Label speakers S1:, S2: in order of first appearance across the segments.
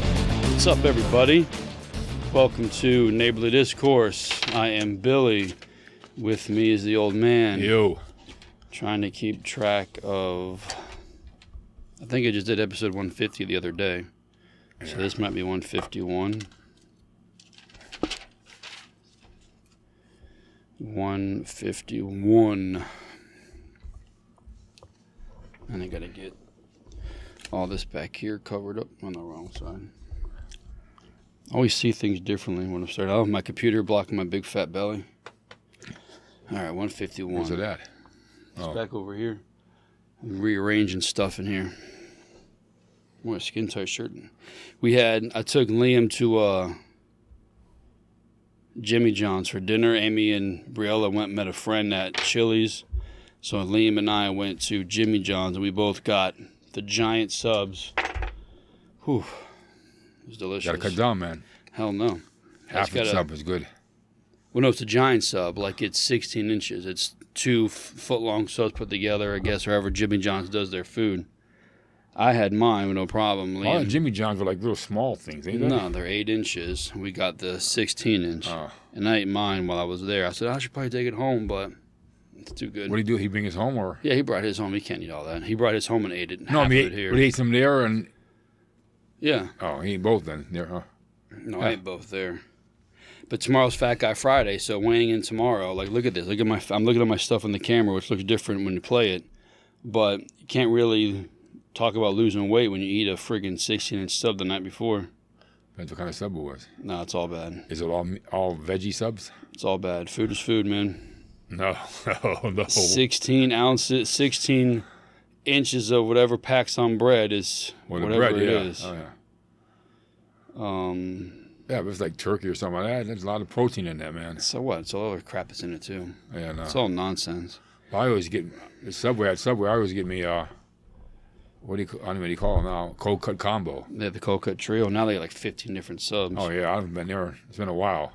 S1: What's up, everybody? Welcome to Neighborly Discourse. I am Billy. With me is the old man.
S2: Yo.
S1: Trying to keep track of. I think I just did episode 150 the other day. So this might be 151. 151. And I gotta get all this back here covered up on the wrong side. I always see things differently when I'm starting. Oh, my computer blocking my big fat belly. All right, 151.
S2: Where's it at?
S1: It's back over here. I'm Oh. rearranging stuff in here. I want a skin tight shirt. We had I took Liam to uh Jimmy John's for dinner. Amy and Briella went and met a friend at Chili's. So Liam and I went to Jimmy John's and we both got the giant subs. Whew. It was delicious.
S2: Gotta cut down, man.
S1: Hell no.
S2: Half
S1: gotta-
S2: the sub is good.
S1: Well, no, it's a giant sub. Like it's 16 inches. It's two f- foot long subs put together, I guess, or however Jimmy John's does their food. I had mine with no problem.
S2: A lot of
S1: Liam.
S2: Oh, Jimmy John's were like little small things, ain't they?
S1: no, they're eight inches. We got the 16 inch.
S2: Oh.
S1: And I ate mine while I was there. I said, I should probably take it home, but it's too good.
S2: What do you do? He bring us home or?
S1: yeah, he brought his home. He can't eat all that. He brought his home and ate it.
S2: No, I
S1: half
S2: mean,
S1: of it
S2: he,
S1: here.
S2: but he ate some there and.
S1: yeah.
S2: Oh, he ate both then. There, huh?
S1: No, I ain't both there. But tomorrow's Fat Guy Friday, so weighing in tomorrow. Like, look at this. Look at my. I'm looking at my stuff on the camera, which looks different when you play it. But you can't really talk about losing weight when you eat a friggin' 16 inch sub the night before.
S2: Depends what kind of sub it was.
S1: No, it's all bad.
S2: Is it all me- all veggie subs?
S1: It's all bad. Food is food, man.
S2: No, no, no.
S1: 16 ounces, 16 inches of whatever packs on bread is
S2: Well, the
S1: whatever
S2: bread,
S1: it
S2: yeah. Uh.
S1: is.
S2: Oh, yeah.
S1: Um,
S2: Yeah, if it's like turkey or something like that, there's a lot of protein in that, man.
S1: so what? It's all other crap that's in it too.
S2: Yeah, no.
S1: It's all nonsense.
S2: I always get at Subway. At Subway, I always get me uh, what do you? ca- I don't know what do you call them now. Cold cut combo.
S1: They have the cold cut trio. Now they got like 15 different subs.
S2: Oh yeah, I haven't been there. It's been a while.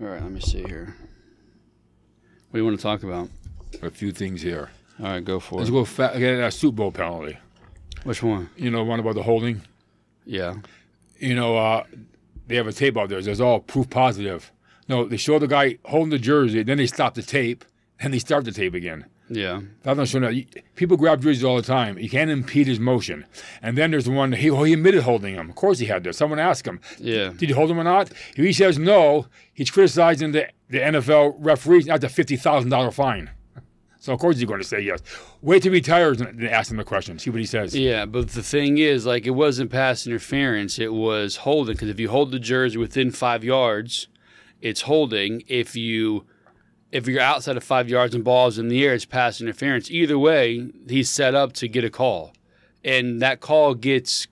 S1: All right, let me see here. What do you want to talk about?
S2: A few things here.
S1: All right, go for
S2: Let's
S1: it.
S2: go fa get that Super Bowl penalty.
S1: Which one?
S2: You know, one about the holding.
S1: Yeah.
S2: You know, uh, they have a tape out there. There's all proof positive. No, they show the guy holding the jersey, then they stop the tape, and they start the tape again.
S1: Yeah.
S2: That's not showing that. You- People grab jerseys all the time. You can't impede his motion. And then there's the one he, oh, he admitted holding him. Of course he had to. Someone asked him,
S1: Yeah.
S2: did you hold him or not? If he says no, he's criticizing the, the NFL referees. That's a fifty thousand dollar fine. So of course he's going to say yes. Wait till he retires and then ask him the question. See what he says.
S1: Yeah, but the thing is, like, it wasn't pass interference; it was holding. Because if you hold the jersey within five yards, it's holding. If you if you're outside of five yards and balls in the air, it's pass interference. Either way, he's set up to get a call, and that call gets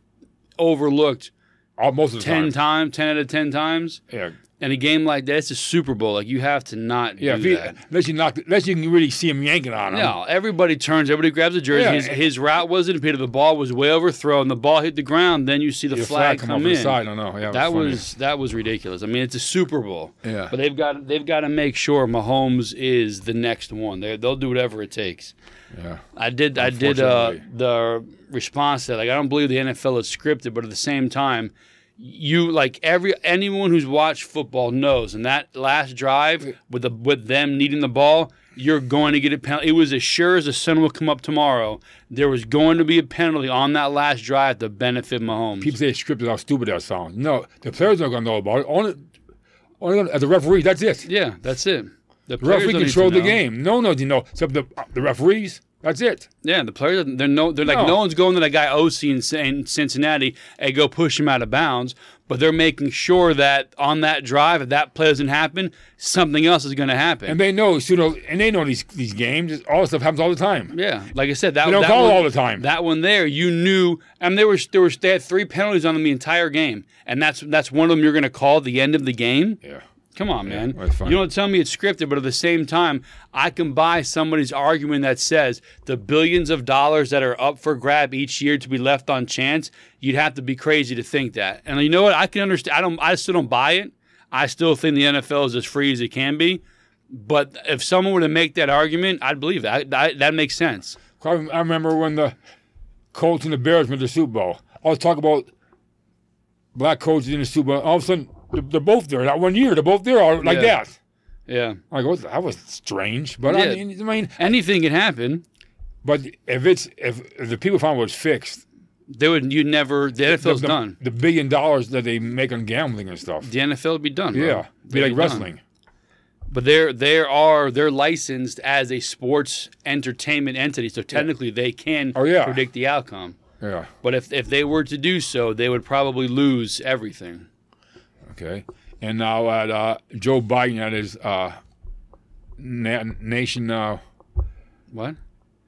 S1: overlooked
S2: All, Oh, most of the
S1: ten
S2: time.
S1: times, ten out of ten times.
S2: Yeah.
S1: In a game like that, it's a Super Bowl. Like you have to not
S2: Yeah.
S1: do
S2: if he-
S1: that.
S2: unless you knock, unless you can really see him yanking on him.
S1: No, everybody turns, everybody grabs a jersey.
S2: Yeah,
S1: his,
S2: and-
S1: his route wasn't impeded. The ball was way overthrown. The ball hit the ground. Then you see the
S2: The
S1: flag,
S2: come,
S1: come
S2: over
S1: in.
S2: the side. I know. Yeah.
S1: that
S2: funny.
S1: was that was ridiculous. I mean, it's a Super Bowl.
S2: Yeah.
S1: But they've got they've got to make sure Mahomes is the next one. They they'll do whatever it takes.
S2: Yeah.
S1: I did I did uh,
S2: Unfortunately.
S1: the response to that. Like I don't believe the NFL is scripted, but at the same time, you like every anyone who's watched football knows. And that last drive with the with them needing the ball, you're going to get a penalty. It was as sure as the sun will come up tomorrow. There was going to be a penalty on that last drive to benefit Mahomes.
S2: People say it's scripted how stupid that sounds. No, the players aren't going to know about it. Only, only gonna- as a referee, that's it.
S1: yeah, that's it. The
S2: The
S1: players
S2: referee
S1: don't need to
S2: controlled the
S1: know.
S2: game. No one knows, you know, except the, the referees. That's it.
S1: Yeah, the players they're no they're like
S2: No.
S1: no one's going to that guy OC in, Cin- in Cincinnati and go push him out of bounds, but they're making sure that on that drive if that play doesn't happen, something else is going to happen.
S2: And they know sooner, and they know these these games. All this stuff happens all the time.
S1: yeah, like I said, that
S2: don't
S1: that
S2: call
S1: one,
S2: all the time.
S1: That one there, you knew. I mean, there was there was they had three penalties on them the entire game, and that's that's one of them you're going to call the end of the game.
S2: Yeah.
S1: Come on, man.
S2: well, it's fine.
S1: You don't tell me it's scripted, but at the same time, I can buy somebody's argument that says the billions of dollars that are up for grab each year to be left on chance. You'd have to be crazy to think that. And you know what? I can understand. I don't. I still don't buy it. I still think the NFL is as free as it can be. But if someone were to make that argument, I'd believe that. I, I- that makes sense.
S2: I remember when the Colts and the Bears went to the Super Bowl. All the talk about black coaches in the Super Bowl. All of a sudden, they're, they're both there. That one year, they're both there all like
S1: Yeah.
S2: that.
S1: Yeah.
S2: I go, that was strange. But
S1: Yeah.
S2: I, mean, I mean,
S1: Anything can happen.
S2: but if it's if, if the people found it was fixed,
S1: They would you never the NFL's
S2: the,
S1: done.
S2: the billion dollars that they make on gambling and stuff.
S1: The NFL would be done. bro.
S2: Yeah,
S1: They'd
S2: be like
S1: done.
S2: wrestling.
S1: But they're they are they're licensed as a sports entertainment entity, so technically they can
S2: Oh, yeah.
S1: predict the outcome.
S2: Yeah.
S1: But if if they were to do so, they would probably lose everything.
S2: Okay. And now at uh, Joe Biden at his uh, na- nation now,
S1: What?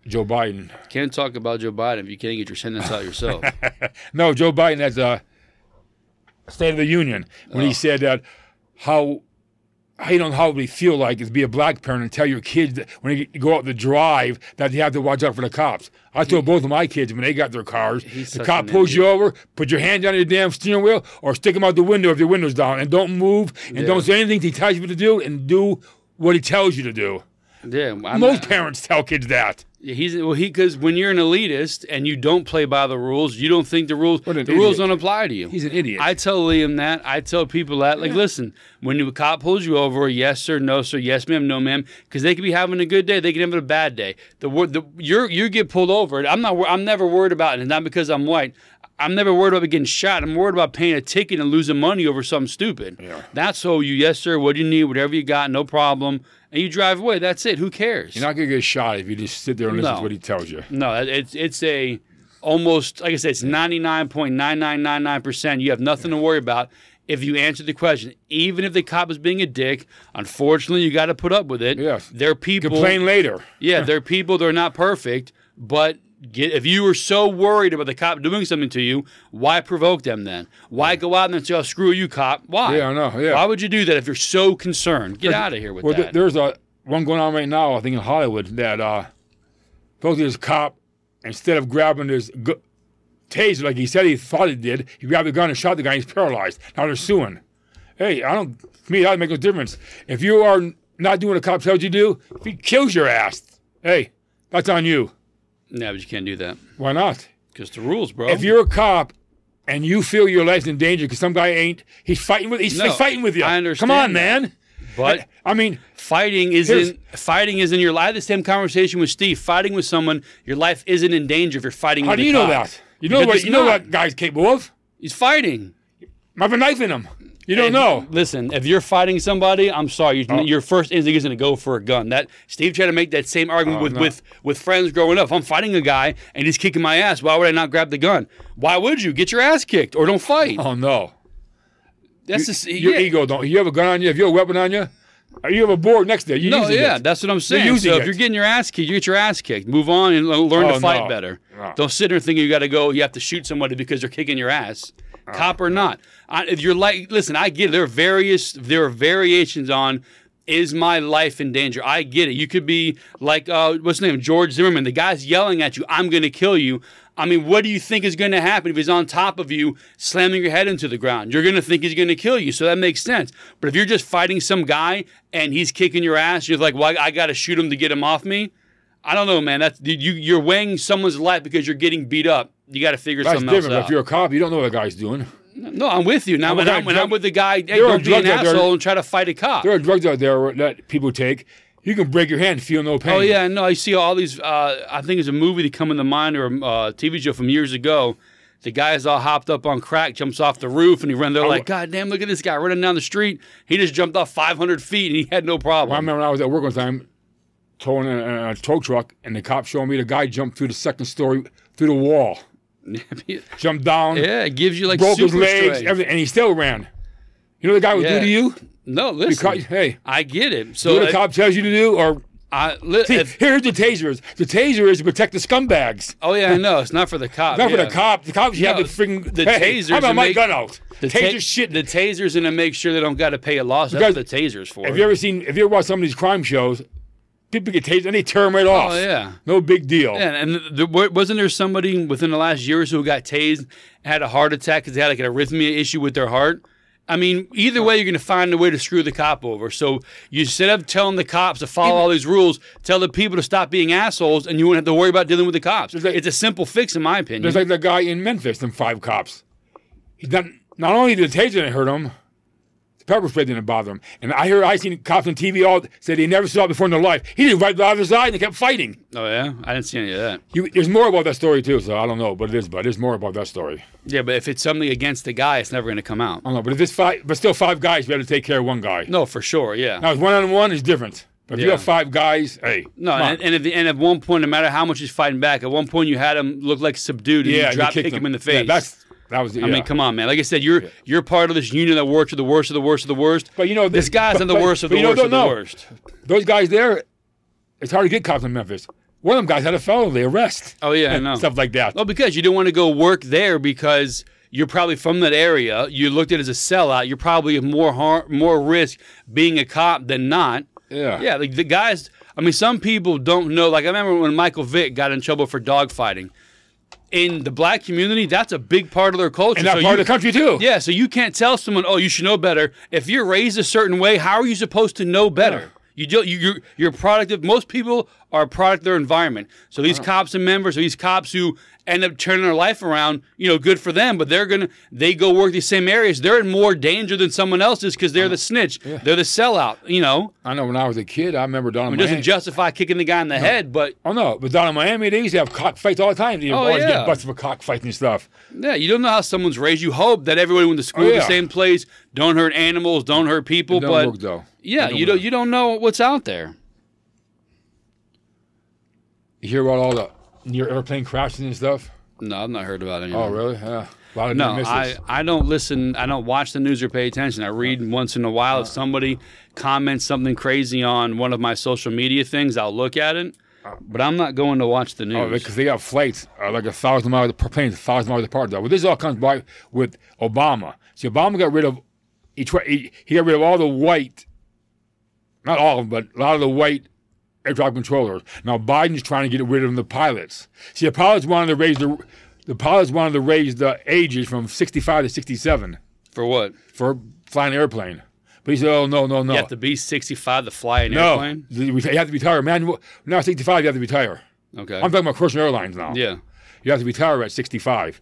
S2: Joe Biden.
S1: Can't talk about Joe Biden if you can't get your sentence out yourself.
S2: No, Joe Biden at the State of the Union when
S1: Oh.
S2: he said that how how you don't know how it would feel like is be a black parent and tell your kids that when they go out the drive that they have to watch out for the cops. I told both of my kids when they got their cars,
S1: He's
S2: the
S1: such
S2: cop
S1: an
S2: pulls you over, put your hand down your damn steering wheel, or stick them out the window if your window's down, and don't move and
S1: Yeah.
S2: don't say anything he tells you to do, and do what he tells you to do.
S1: yeah, I'm
S2: Most parents tell kids that.
S1: He's well, he because when you're an elitist and you don't play by the rules, you don't think the rules the
S2: an
S1: rules
S2: idiot.
S1: don't apply to you.
S2: He's an idiot.
S1: I tell Liam that. I tell people that. Like, listen, when the cop pulls you over, yes sir, no sir, yes ma'am, no ma'am, because they could be having a good day, they could have a bad day. The word, the you you get pulled over. I'm not. wor- I'm never worried about it. Not because I'm white. I'm never worried about getting shot. I'm worried about paying a ticket and losing money over something stupid.
S2: Yeah.
S1: That's so you, yes sir, what do you need, whatever you got, no problem, and you drive away. That's it. Who cares?
S2: You're not gonna get shot if you just sit there and listen
S1: No.
S2: to what he tells you.
S1: No, it- it's it's a almost like I said, it's ninety nine point nine nine nine nine percent. You have nothing to worry about if you answer the question. Even if the cop is being a dick, unfortunately, you got to put up with it.
S2: Yes.
S1: they're people.
S2: Complain later.
S1: Yeah, they're people. They're not perfect, but. Get, if you were so worried about the cop doing something to you, why provoke them then? Why go out and say, oh, screw you, cop? Why?
S2: Yeah, I know, yeah.
S1: Why would you do that if you're so concerned? Get out of here with
S2: Well, th-
S1: that.
S2: there's a one going on right now, I think in Hollywood, that uh, supposedly this cop, instead of grabbing his gu- taser like he said he thought he did, he grabbed the gun and shot the guy. He's paralyzed. Now they're suing. Hey, I don't. To me, that doesn't make no difference. If you are not doing what a cop tells you to do, if he kills your ass, hey, that's on you.
S1: no, but you can't do that
S2: Why not?
S1: because the rules, bro.
S2: If you're a cop. And you feel your life's in danger because some guy ain't. He's fighting with. He's,
S1: No,
S2: fighting with you.
S1: I understand
S2: Come on,
S1: that.
S2: man.
S1: but
S2: I mean,
S1: Fighting
S2: Here's-
S1: isn't fighting isn't your life. I had the same conversation with Steve. Fighting with someone, your life isn't in danger if you're fighting.
S2: How
S1: with
S2: do
S1: a
S2: you know
S1: cop.
S2: that? You know
S1: Because
S2: what
S1: it's
S2: you know
S1: not.
S2: what guy's capable of?
S1: He's fighting.
S2: Might have a knife in him. You don't know. Oh.
S1: Listen, if you're fighting somebody, I'm sorry, you, your first instinct isn't to go for a gun. That Steve tried to make that same argument with,
S2: Oh, no.
S1: with with friends growing up. If I'm fighting a guy and he's kicking my ass. Why would I not grab the gun? Why would you get your ass kicked or don't fight?
S2: Oh no.
S1: That's just
S2: Your
S1: yeah.
S2: ego don't you have a gun on you, if you have a weapon on you, or you have a board next to you.
S1: No,
S2: using
S1: yeah,
S2: it.
S1: that's what I'm saying.
S2: using
S1: so if
S2: it.
S1: you're getting your ass kicked, you get your ass kicked. Move on and le- learn to
S2: Oh,
S1: fight
S2: no.
S1: better.
S2: No.
S1: Don't sit there thinking you got to go. You have to shoot somebody because they're kicking your ass, cop or not. I, if you're like, listen, I get it. there are various there are variations on. Is my life in danger? I get it. You could be like, uh, what's his name? George Zimmerman. The guy's yelling at you, I'm going to kill you. I mean, what do you think is going to happen if he's on top of you, slamming your head into the ground? You're going to think he's going to kill you. So that makes sense. But if you're just fighting some guy and he's kicking your ass, you're like, well, I, I got to shoot him to get him off me. I don't know, man. That's you. You're weighing someone's life because you're getting beat up. You got to figure
S2: That's
S1: something else uh,
S2: different. but
S1: out.
S2: If you're a cop, you don't know what the guy's doing.
S1: no, I'm with you. Now when
S2: with
S1: I'm
S2: that
S1: when
S2: drug-
S1: I'm with the guy, hey,
S2: There are
S1: don't be an
S2: drugs out there-
S1: asshole and try to fight a cop.
S2: There are drugs out there that people take. You can break your hand, feel no pain.
S1: Oh yeah, no, I see all these. Uh, I think it's a movie that come in the mind or a uh, TV show from years ago. The guy's all hopped up on crack, jumps off the roof, and he ran. They're like, "God damn, look at this guy running down the street. He just jumped off 500 feet and he had no
S2: I
S1: problem."
S2: remember when I was at work one time, towing a, a tow truck, and the cop showed me the guy jumped through the second story through the wall, jumped down,
S1: yeah, it gives you like
S2: broke his
S1: super
S2: legs,
S1: strength.
S2: everything, and he still ran. You know what the guy would
S1: Yeah.
S2: do to you?
S1: No, listen,
S2: Because, hey,
S1: I get it. So
S2: do what
S1: if-
S2: a cop tells you to do, or
S1: I, li- if-
S2: here's the taser is. The taser is to protect the scumbags.
S1: Oh yeah, I know. It's not for the cop.
S2: Not for
S1: yeah.
S2: the cop. The cops you
S1: No,
S2: have the freaking
S1: the
S2: hey,
S1: tasers
S2: How
S1: to
S2: about my
S1: make-
S2: gun out?
S1: The
S2: taser
S1: ta-
S2: shit.
S1: The taser's gonna make sure they don't got to pay a loss. That's what the
S2: Because
S1: taser's for.
S2: Have you ever seen? Have you ever watched some of these crime shows? People get tased and they tear them right off.
S1: oh yeah.
S2: No big deal.
S1: Yeah, and th- there, wa- wasn't there somebody within the last year or so who got tased, had a heart attack because they had like an arrhythmia issue with their heart? I mean, either way, you're going to find a way to screw the cop over. So you instead of telling the cops to follow all these rules, tell the people to stop being assholes, and you won't have to worry about dealing with the cops.
S2: like-
S1: it's a simple fix, in my opinion.
S2: There's like the guy in Memphis and five cops. He's not Not only did the taser didn't hurt him, the pepper spray didn't bother him. And I hear I seen cops on TV all said they never saw it before in their life. He did right by the other side and they kept fighting.
S1: Oh yeah, I didn't see any of that.
S2: You, there's more about that story too, so I don't know, but it is. But there's more about that story.
S1: Yeah, but if it's something against the guy, it's never going to come out.
S2: I don't know, but if it's five, but still five guys, you have to take care of one guy.
S1: No, for sure. Yeah.
S2: Now it's one on one is different. But if you
S1: Yeah.
S2: have five guys, hey,
S1: No,
S2: come on.
S1: and, and, at the, and at one point, no matter how much he's fighting back, at one point you had him look like subdued and
S2: yeah,
S1: you drop kick him in the face.
S2: Yeah, that's that was.
S1: I mean, come on, man. Like I said, you're you're part of this union that works with the worst of the worst of the worst.
S2: But you know,
S1: this
S2: th-
S1: guy's
S2: but-
S1: in the
S2: but-
S1: worst of
S2: but
S1: the
S2: you know,
S1: worst of
S2: don't
S1: the
S2: know.
S1: worst.
S2: those guys there, it's hard to get cops in Memphis. One of them guys had a fellow they arrest.
S1: Oh yeah, I know.
S2: Stuff like that.
S1: Well, because you didn't want to go work there because you're probably from that area. You looked at it as a sellout. You're probably at more harm, more risk being a cop than not.
S2: Yeah.
S1: Yeah, like the guys. I mean, some people don't know. Like I remember when Michael Vick got in trouble for dogfighting. In the black community, that's a big part of their culture.
S2: And that
S1: So
S2: part
S1: you-
S2: of the country too.
S1: Yeah, so you can't tell someone, oh, you should know better. If you're raised a certain way, how are you supposed to know better? You do, you, you're, you're a product of, most people are a product of their environment. So these
S2: Uh-huh.
S1: cops and members, or these cops who end up turning their life around, you know, good for them, but they're going to, they go work these same areas. They're in more danger than someone else is because
S2: Uh-huh.
S1: they're the snitch. They're the sellout, you know.
S2: I know when I was a kid, I remember down
S1: It
S2: in
S1: doesn't
S2: Miami.
S1: justify kicking the guy in the head, but
S2: oh no, but down in Miami, they used to have cockfights all the time. They
S1: Oh,
S2: always
S1: yeah.
S2: get busted for cockfights and stuff.
S1: Yeah, you don't know how someone's raised. You hope that everybody went to school
S2: Oh,
S1: at
S2: yeah.
S1: the same place. Don't hurt animals. Don't hurt people.
S2: It don't
S1: but
S2: work, though.
S1: yeah,
S2: It don't
S1: you don't
S2: work.
S1: you don't know what's out there.
S2: You hear about all the near airplane crashes and stuff.
S1: No, I've not heard about any. of
S2: Oh
S1: that.
S2: really? Yeah. A lot of
S1: No,
S2: near misses.
S1: I, I don't listen. I don't watch the news or pay attention. I read once in a while. If somebody comments something crazy on one of my social media things, I'll look at it. But I'm not going to watch the
S2: Oh,
S1: news.
S2: because they got flights uh, like a thousand miles apart, planes a thousand miles apart. Though, well, this all comes by with Obama. See, Obama got rid of he, tried, he, he got rid of all the white, not all of them, but a lot of the white air traffic controllers. Now Biden's trying to get rid of the pilots. See, the pilots wanted to raise the the pilots wanted to raise the ages from sixty five to sixty seven
S1: For what?
S2: for flying an airplane. But he said, "Oh no, no, no,
S1: You have to be 65 to fly an
S2: no,
S1: airplane.
S2: you have to retire, man. Now sixty five, you have to retire.
S1: Okay.
S2: I'm talking about Christian Airlines now.
S1: yeah.
S2: You have to retire at 65.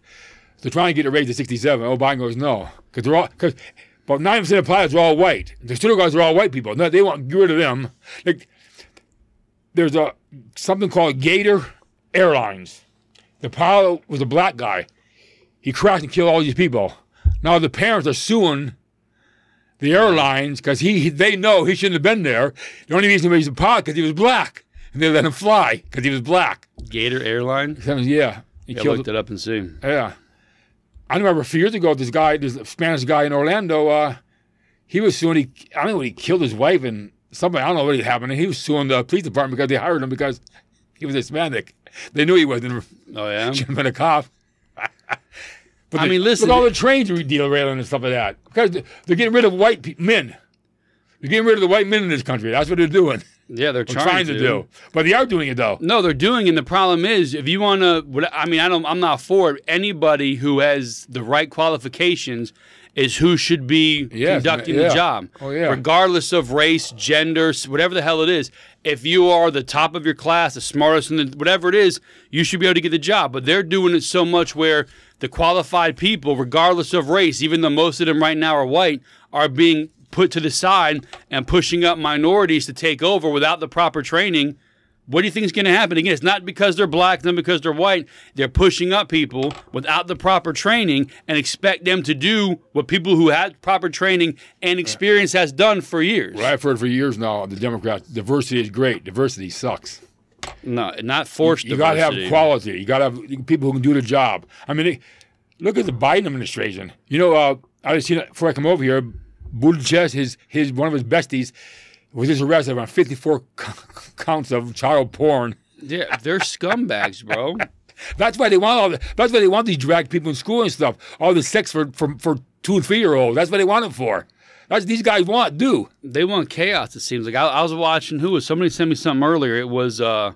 S2: They're trying to get it raised to 67. Oh, Biden goes, no. Because they're all, because about 90% of pilots are all white. The studio guys are all white people. No, they want to get rid of them. Like, there's a something called Gator Airlines. The pilot was a black guy. He crashed and killed all these people. Now the parents are suing the airlines because he, he- they know he shouldn't have been there. The only reason he was a pilot because he was black, and they let him fly because he was black.
S1: Gator Airline.
S2: Yeah, he
S1: Yeah, I
S2: killed
S1: looked it up and see.
S2: yeah. I remember a few years ago, this guy, this Spanish guy in Orlando, uh, he was suing, he, I don't know when he killed his wife and somebody, I don't know what happened. He was suing the police department because they hired him because he was Hispanic. They knew he wasn't
S1: Oh yeah.
S2: been a cop. but
S1: I
S2: the-
S1: mean, listen-
S2: Look, all the trains are derailing and stuff like that because they're they're getting rid of white pe- men. They're getting rid of the white men in this country. That's what they're doing,
S1: Yeah, they're
S2: trying, to do. But they are doing it though.
S1: No, they're doing, and the problem is, if you want to, I mean, I don't, I'm not for it. Anybody who has the right qualifications is who should be
S2: Yes,
S1: conducting
S2: yeah.
S1: the job,
S2: Oh, yeah.
S1: regardless of race, gender, s- whatever the hell it is. If you are the top of your class, the smartest, and the, whatever it is, you should be able to get the job. But they're doing it so much where the qualified people, regardless of race, even though most of them right now are white, are being put to the side and pushing up minorities to take over without the proper training. What do you think is going to happen? Again, it's not because they're black, not because they're white. They're pushing up people without the proper training and expect them to do what people who had proper training and experience has done for years.
S2: I've heard for years now the Democrats diversity is great. Diversity sucks.
S1: No, not forced
S2: You got to have
S1: diversity.
S2: quality. You got to have people who can do the job. I mean, they- look at the Biden administration. You know, uh, I was seen it before I come over here. Buttigieg, his his one of his besties, was just arrested on 54 c- counts of child porn.
S1: yeah, they're scumbags, bro.
S2: That's why they want all. The, that's why they want these drag people in school and stuff. All the sex for for, for two and three year olds. That's what they want it for. That's what these guys want do.
S1: they want chaos. It seems like I, I was watching who was somebody sent me something earlier. It was uh,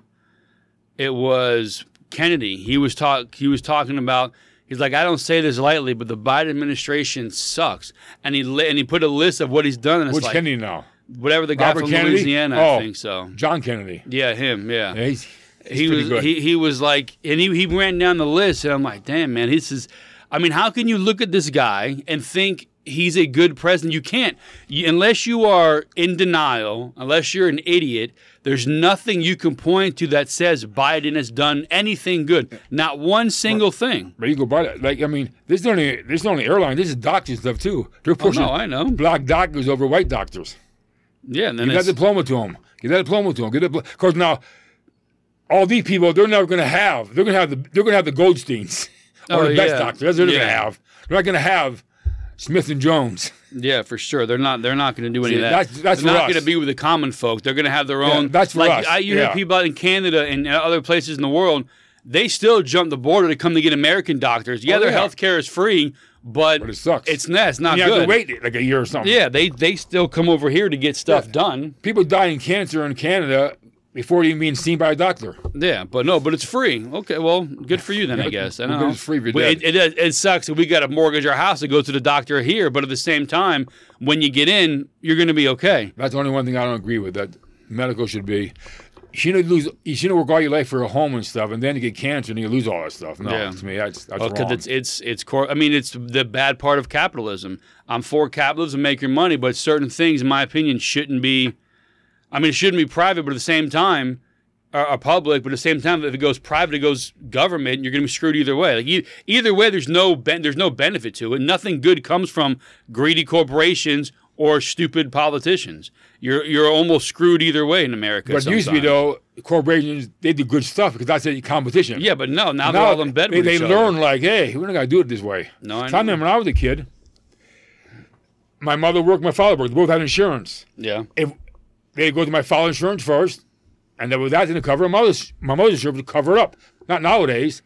S1: it was Kennedy. He was talk he was talking about. He's like, I don't say this lightly, but the Biden administration sucks. And he li- and he put a list of what he's done. And it's
S2: Which
S1: like
S2: Kennedy now?
S1: whatever the guy
S2: Robert
S1: from
S2: Kennedy?
S1: Louisiana, I
S2: Oh.
S1: think so.
S2: John Kennedy.
S1: Yeah, him. Yeah,
S2: Yeah, he's, he's
S1: Um, he
S2: pretty
S1: was
S2: good.
S1: he he was like, and he he ran down the list, and I'm like, damn man, this is. I mean, how can you look at this guy and think he's a good president? You can't. You, unless you are in denial, unless you're an idiot, there's nothing you can point to that says Biden has done anything good. Not one single thing.
S2: But you go by that. Like, I mean, this is only this is only airline. This is doctor stuff too. They're pushing
S1: Oh, I know.
S2: black doctors over white doctors.
S1: Yeah, and then
S2: Give that
S1: it's,
S2: diploma to them. Give that diploma to them. Give that. Of course, now all these people they're never going to have. They're going to have the they're going to have the Goldsteins or
S1: Oh,
S2: the best
S1: yeah.
S2: doctor. That's what they're going to
S1: Yeah.
S2: have. They're not going to have Smith and Jones.
S1: yeah, for sure. They're not. They're not going to do any
S2: See,
S1: of that.
S2: that's- that's
S1: they're
S2: for
S1: not
S2: us.
S1: going to be with the common folk. They're going to have their own.
S2: that's for
S1: like,
S2: us.
S1: I, you
S2: Yeah.
S1: hear people out in Canada and and other places in the world. They still jump the border to come to get American doctors. Yeah,
S2: Oh,
S1: their
S2: yeah.
S1: health care is free, but,
S2: But it sucks.
S1: It's not. It's not
S2: You have
S1: good.
S2: to wait like a year or something.
S1: Yeah, they they still come over here to get stuff
S2: Yeah.
S1: done.
S2: People die in cancer in Canada before even being seen by a doctor.
S1: Yeah, but no, but it's free. Okay, well, good for you then, I guess. I
S2: Well,
S1: know.
S2: good, it's free if you're
S1: But
S2: dead.
S1: It, it, it sucks that we got to mortgage our house to go to the doctor here, but at the same time, when you get in, you're going to be okay.
S2: That's the only one thing I don't agree with. That medical should be. You shouldn't lose. You shouldn't work all your life for a home and stuff, and then you get cancer and you lose all that stuff. No,
S1: Yeah.
S2: to me that's that's
S1: Because
S2: wrong.
S1: Oh, it's it's it's core. I mean, it's the bad part of capitalism. I'm for capitalism, make your money, but certain things, in my opinion, shouldn't be. I mean, it shouldn't be private, but at the same time, or, or public. But at the same time, if it goes private, it goes government. You're going to be screwed either way. Like e- either way, there's no ben- there's no benefit to it. Nothing good comes from greedy corporations or stupid politicians. You're you're almost screwed either way in America.
S2: but it used to be
S1: sometimes.
S2: though, corporations they do good stuff because that's a competition.
S1: Yeah, but no, now, they're all in bed
S2: they,
S1: with
S2: they
S1: each other.
S2: learn like, hey, we're not gonna do it this way.
S1: No, I
S2: So I
S1: know.
S2: remember when I was a kid, my mother worked, my father worked. They both had insurance.
S1: Yeah,
S2: If they go to my father's insurance first, and then with that didn't cover my mother's my mother's insurance would cover it up. Not nowadays.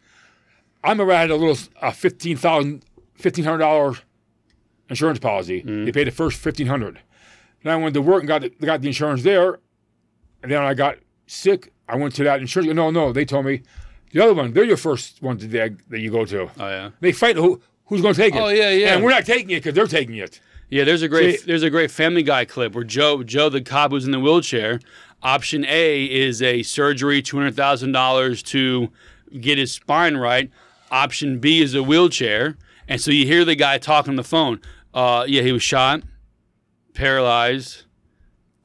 S2: I remember I had a little uh, fifteen thousand fifteen hundred dollar insurance policy.
S1: Mm-hmm.
S2: They paid the first fifteen hundred. Then I went to work and got the, got the insurance there, and then I got sick. I went to that insurance. No, no, they told me the other one. They're your first one today that you go to.
S1: oh yeah.
S2: They fight who who's going to take it.
S1: Oh, yeah, yeah.
S2: And we're not taking it because they're taking it.
S1: Yeah, there's a great
S2: See-
S1: there's a great Family Guy clip where Joe Joe the cop who's in the wheelchair. Option A is a surgery, two hundred thousand dollars to get his spine right. Option B is a wheelchair, and so you hear the guy talking on the phone. Uh, yeah, he was shot, paralyzed,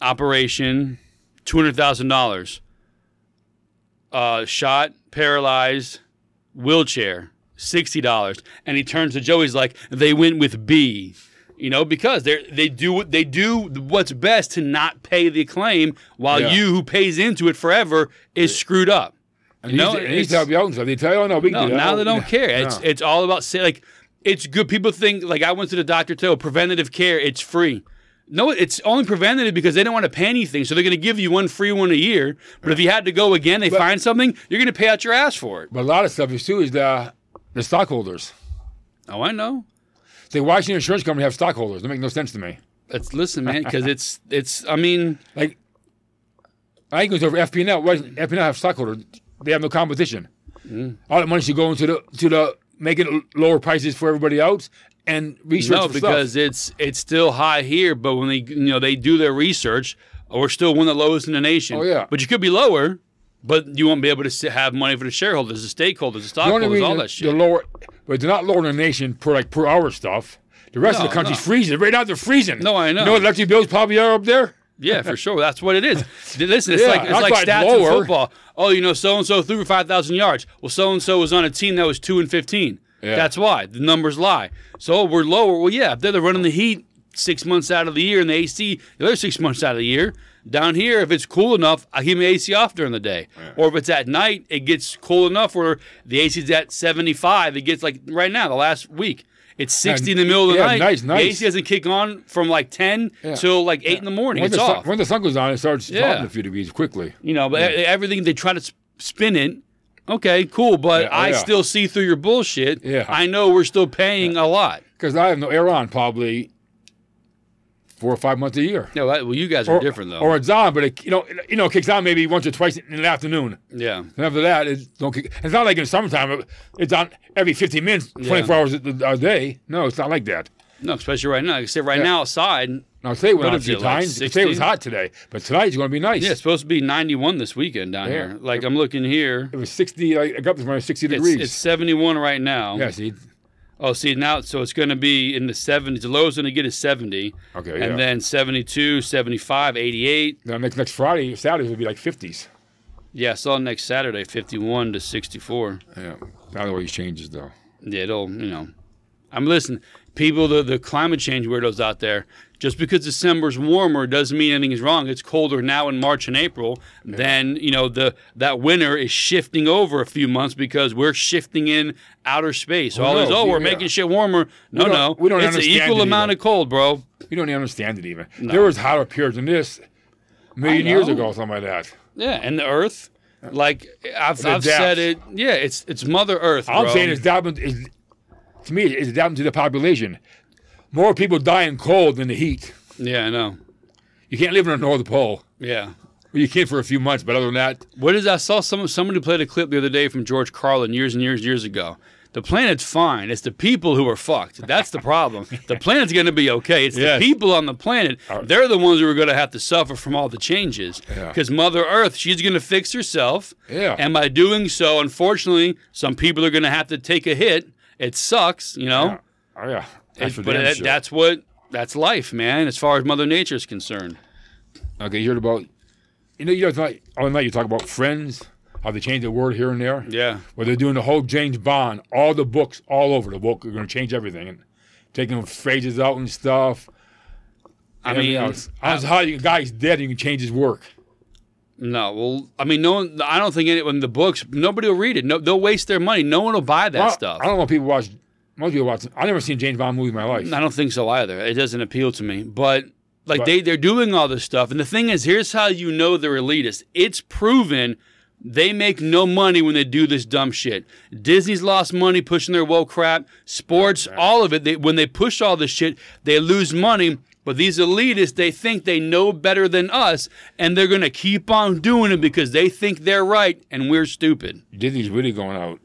S1: operation, two hundred thousand dollars. Uh, shot, paralyzed, wheelchair, sixty dollars. And he turns to Joe. He's like, "They went with B." you know, because they they do what they do what's best to not pay the claim, while
S2: Yeah.
S1: you who pays into it forever is screwed up.
S2: And
S1: No,
S2: no, they used
S1: it's-
S2: to help you out and stuff. They tell you, oh no, we can
S1: No,
S2: do that.
S1: now they don't
S2: No.
S1: care. It's
S2: No.
S1: it's all about say like it's good. People think like I went to the doctor too. Preventative care, it's free. No, it's only preventative because they don't want to pay anything, so they're going to give you one free one a year. But if you had to go again, they find something, you're going to pay out your ass for it.
S2: But a lot of stuff is too is the the stockholders.
S1: Oh, I know.
S2: Say, why should an insurance company have stockholders? That makes no sense to me.
S1: It's listen, man, because it's it's. I mean,
S2: Like, I think it was over FPNL. Why doesn't FPNL have stockholders? They have no competition.
S1: Mm.
S2: All that money should go into the to the making l- lower prices for everybody else and research
S1: No,
S2: for
S1: because
S2: stuff.
S1: it's it's still high here, but when they you know they do their research, we're still one of the lowest in the nation.
S2: Oh, yeah.
S1: but you could be lower, but you won't be able to s- have money for the shareholders, the stakeholders, the
S2: The only
S1: stockholders, all
S2: reason
S1: that
S2: they're
S1: shit.
S2: lower, but they're not lowering the nation per like per hour stuff. The rest of
S1: No,
S2: the country's
S1: no.
S2: freezing. Right now they're freezing.
S1: No, I
S2: You
S1: know.
S2: know what electric bills probably are up there?
S1: yeah, for sure, that's what it is. Th- Listen, it's
S2: Yeah,
S1: like it's
S2: that's
S1: like
S2: why it's
S1: stats in
S2: lower.
S1: football. Oh, you know, so and so threw for five thousand yards. Well, so and so was on a team that was two and fifteen.
S2: Yeah.
S1: That's why the numbers lie. So oh, we're lower. Well, yeah, if they're the running the heat six months out of the year and the AC the other six months out of the year. Down here, if it's cool enough, I keep my AC off during the day. Or if it's at night, it gets cool enough where the AC's at 75. It gets like right now, the last week. It's 60 in the middle of the
S2: Yeah,
S1: night.
S2: nice, nice.
S1: The AC doesn't kick on from like 10
S2: Yeah.
S1: till like 8 in the morning.
S2: When
S1: it's
S2: the, sun,
S1: off.
S2: when the sun goes down, it starts
S1: Yeah.
S2: dropping a few degrees quickly.
S1: You know, but e- everything they try to s- spin it. Okay, cool, but
S2: Yeah, oh,
S1: I
S2: yeah.
S1: still see through your bullshit.
S2: Yeah.
S1: I know we're still paying a lot.
S2: Because I have no air on probably four or five months a year.
S1: No, I- well, you guys are
S2: Or,
S1: different though.
S2: Or it's on, but it, you know, it, you know, it kicks on maybe once or twice in the afternoon.
S1: yeah,
S2: And after that, it don't kick. It's not like in the summertime. it- It's on every 15 minutes, 24 hours a, a day. No, it's not like that.
S1: no, especially right now. Like I said, right now outside,
S2: Now today went
S1: What
S2: out a
S1: is
S2: few
S1: it, like
S2: times. today
S1: 16?
S2: was hot today, but tonight's going to be nice.
S1: yeah, it's supposed to be 91 this weekend down
S2: Yeah.
S1: here. Like I'm looking here,
S2: It was 60. I I got this morning, 60
S1: it's,
S2: degrees.
S1: it's 71 right now.
S2: yeah, see,
S1: Oh, see now, so it's going to be in the 70s. The lowest going to get is 70,
S2: Okay, yeah.
S1: and then 72, 75, 88.
S2: Then next next Friday, Saturday will be like 50s.
S1: Yeah, I saw next Saturday 51 to 64.
S2: Yeah, not always changes though.
S1: Yeah, it'll you know. I'm listen, people, the the climate change weirdos out there. Just because December's warmer doesn't mean anything is wrong. It's colder now in March and April. Then you know the that winter is shifting over a few months because we're shifting in outer space. all this,
S2: knows?
S1: oh, we're
S2: Yeah.
S1: making shit warmer. No,
S2: don't-
S1: no,
S2: we don't
S1: It's an
S2: understand
S1: equal
S2: it
S1: amount
S2: either.
S1: of cold, bro.
S2: You don't even understand it even. There was hotter periods than this a million years
S1: know.
S2: ago, or something like that.
S1: Yeah, and the Earth, like I've,
S2: It
S1: I've said it.
S2: adapts.
S1: Yeah, it's it's Mother Earth.
S2: I'm
S1: bro.
S2: saying it's adapting. Is, to me, it's adapting to the population. More people die in cold than the heat.
S1: yeah, I know.
S2: You can't live in the North Pole.
S1: Yeah.
S2: Well, you can for a few months, but other than that,
S1: What is? I saw some somebody played a clip the other day from George Carlin years and years years ago. The planet's fine. It's the people who are fucked. That's the problem. the planet's going to be okay. It's
S2: Yes. Uh,
S1: the people on the planet. They're the ones who are going to have to suffer from all the changes.
S2: Yeah.
S1: Because Mother Earth, she's going to fix herself.
S2: Yeah.
S1: And by doing so, unfortunately, some people are going to have to take a hit. It sucks, you know.
S2: oh yeah,
S1: It-
S2: that's for
S1: but
S2: damn
S1: that,
S2: sure.
S1: that's what that's life, man. As far as Mother Nature is concerned.
S2: okay. You heard about, you know, you know, tonight, all night you talk about friends, how they change the word here and there.
S1: Yeah.
S2: Well, they're doing the whole James Bond, all the books, all over the book. They're going to change everything and taking phrases out and stuff.
S1: I
S2: everything
S1: mean,
S2: else. I was how you guy's dead and you can change his work.
S1: No, well, I mean, no one. I don't think anyone. The books, nobody will read it. No, they'll waste their money. No one will buy that
S2: I,
S1: stuff.
S2: I don't know if people watch. Most people watch. I never seen a James Bond movie in my life.
S1: I don't think so either. It doesn't appeal to me. But like
S2: But-
S1: they they're doing all this stuff, and the thing is, here's how you know they're elitist. It's proven they make no money when they do this dumb shit. Disney's lost money pushing their woke crap. Sports, all of it. They, when they push all this shit, they lose money. But these elitists, they think they know better than us, and they're gonna keep on doing it because they think they're right and we're stupid.
S2: Disney's really going out.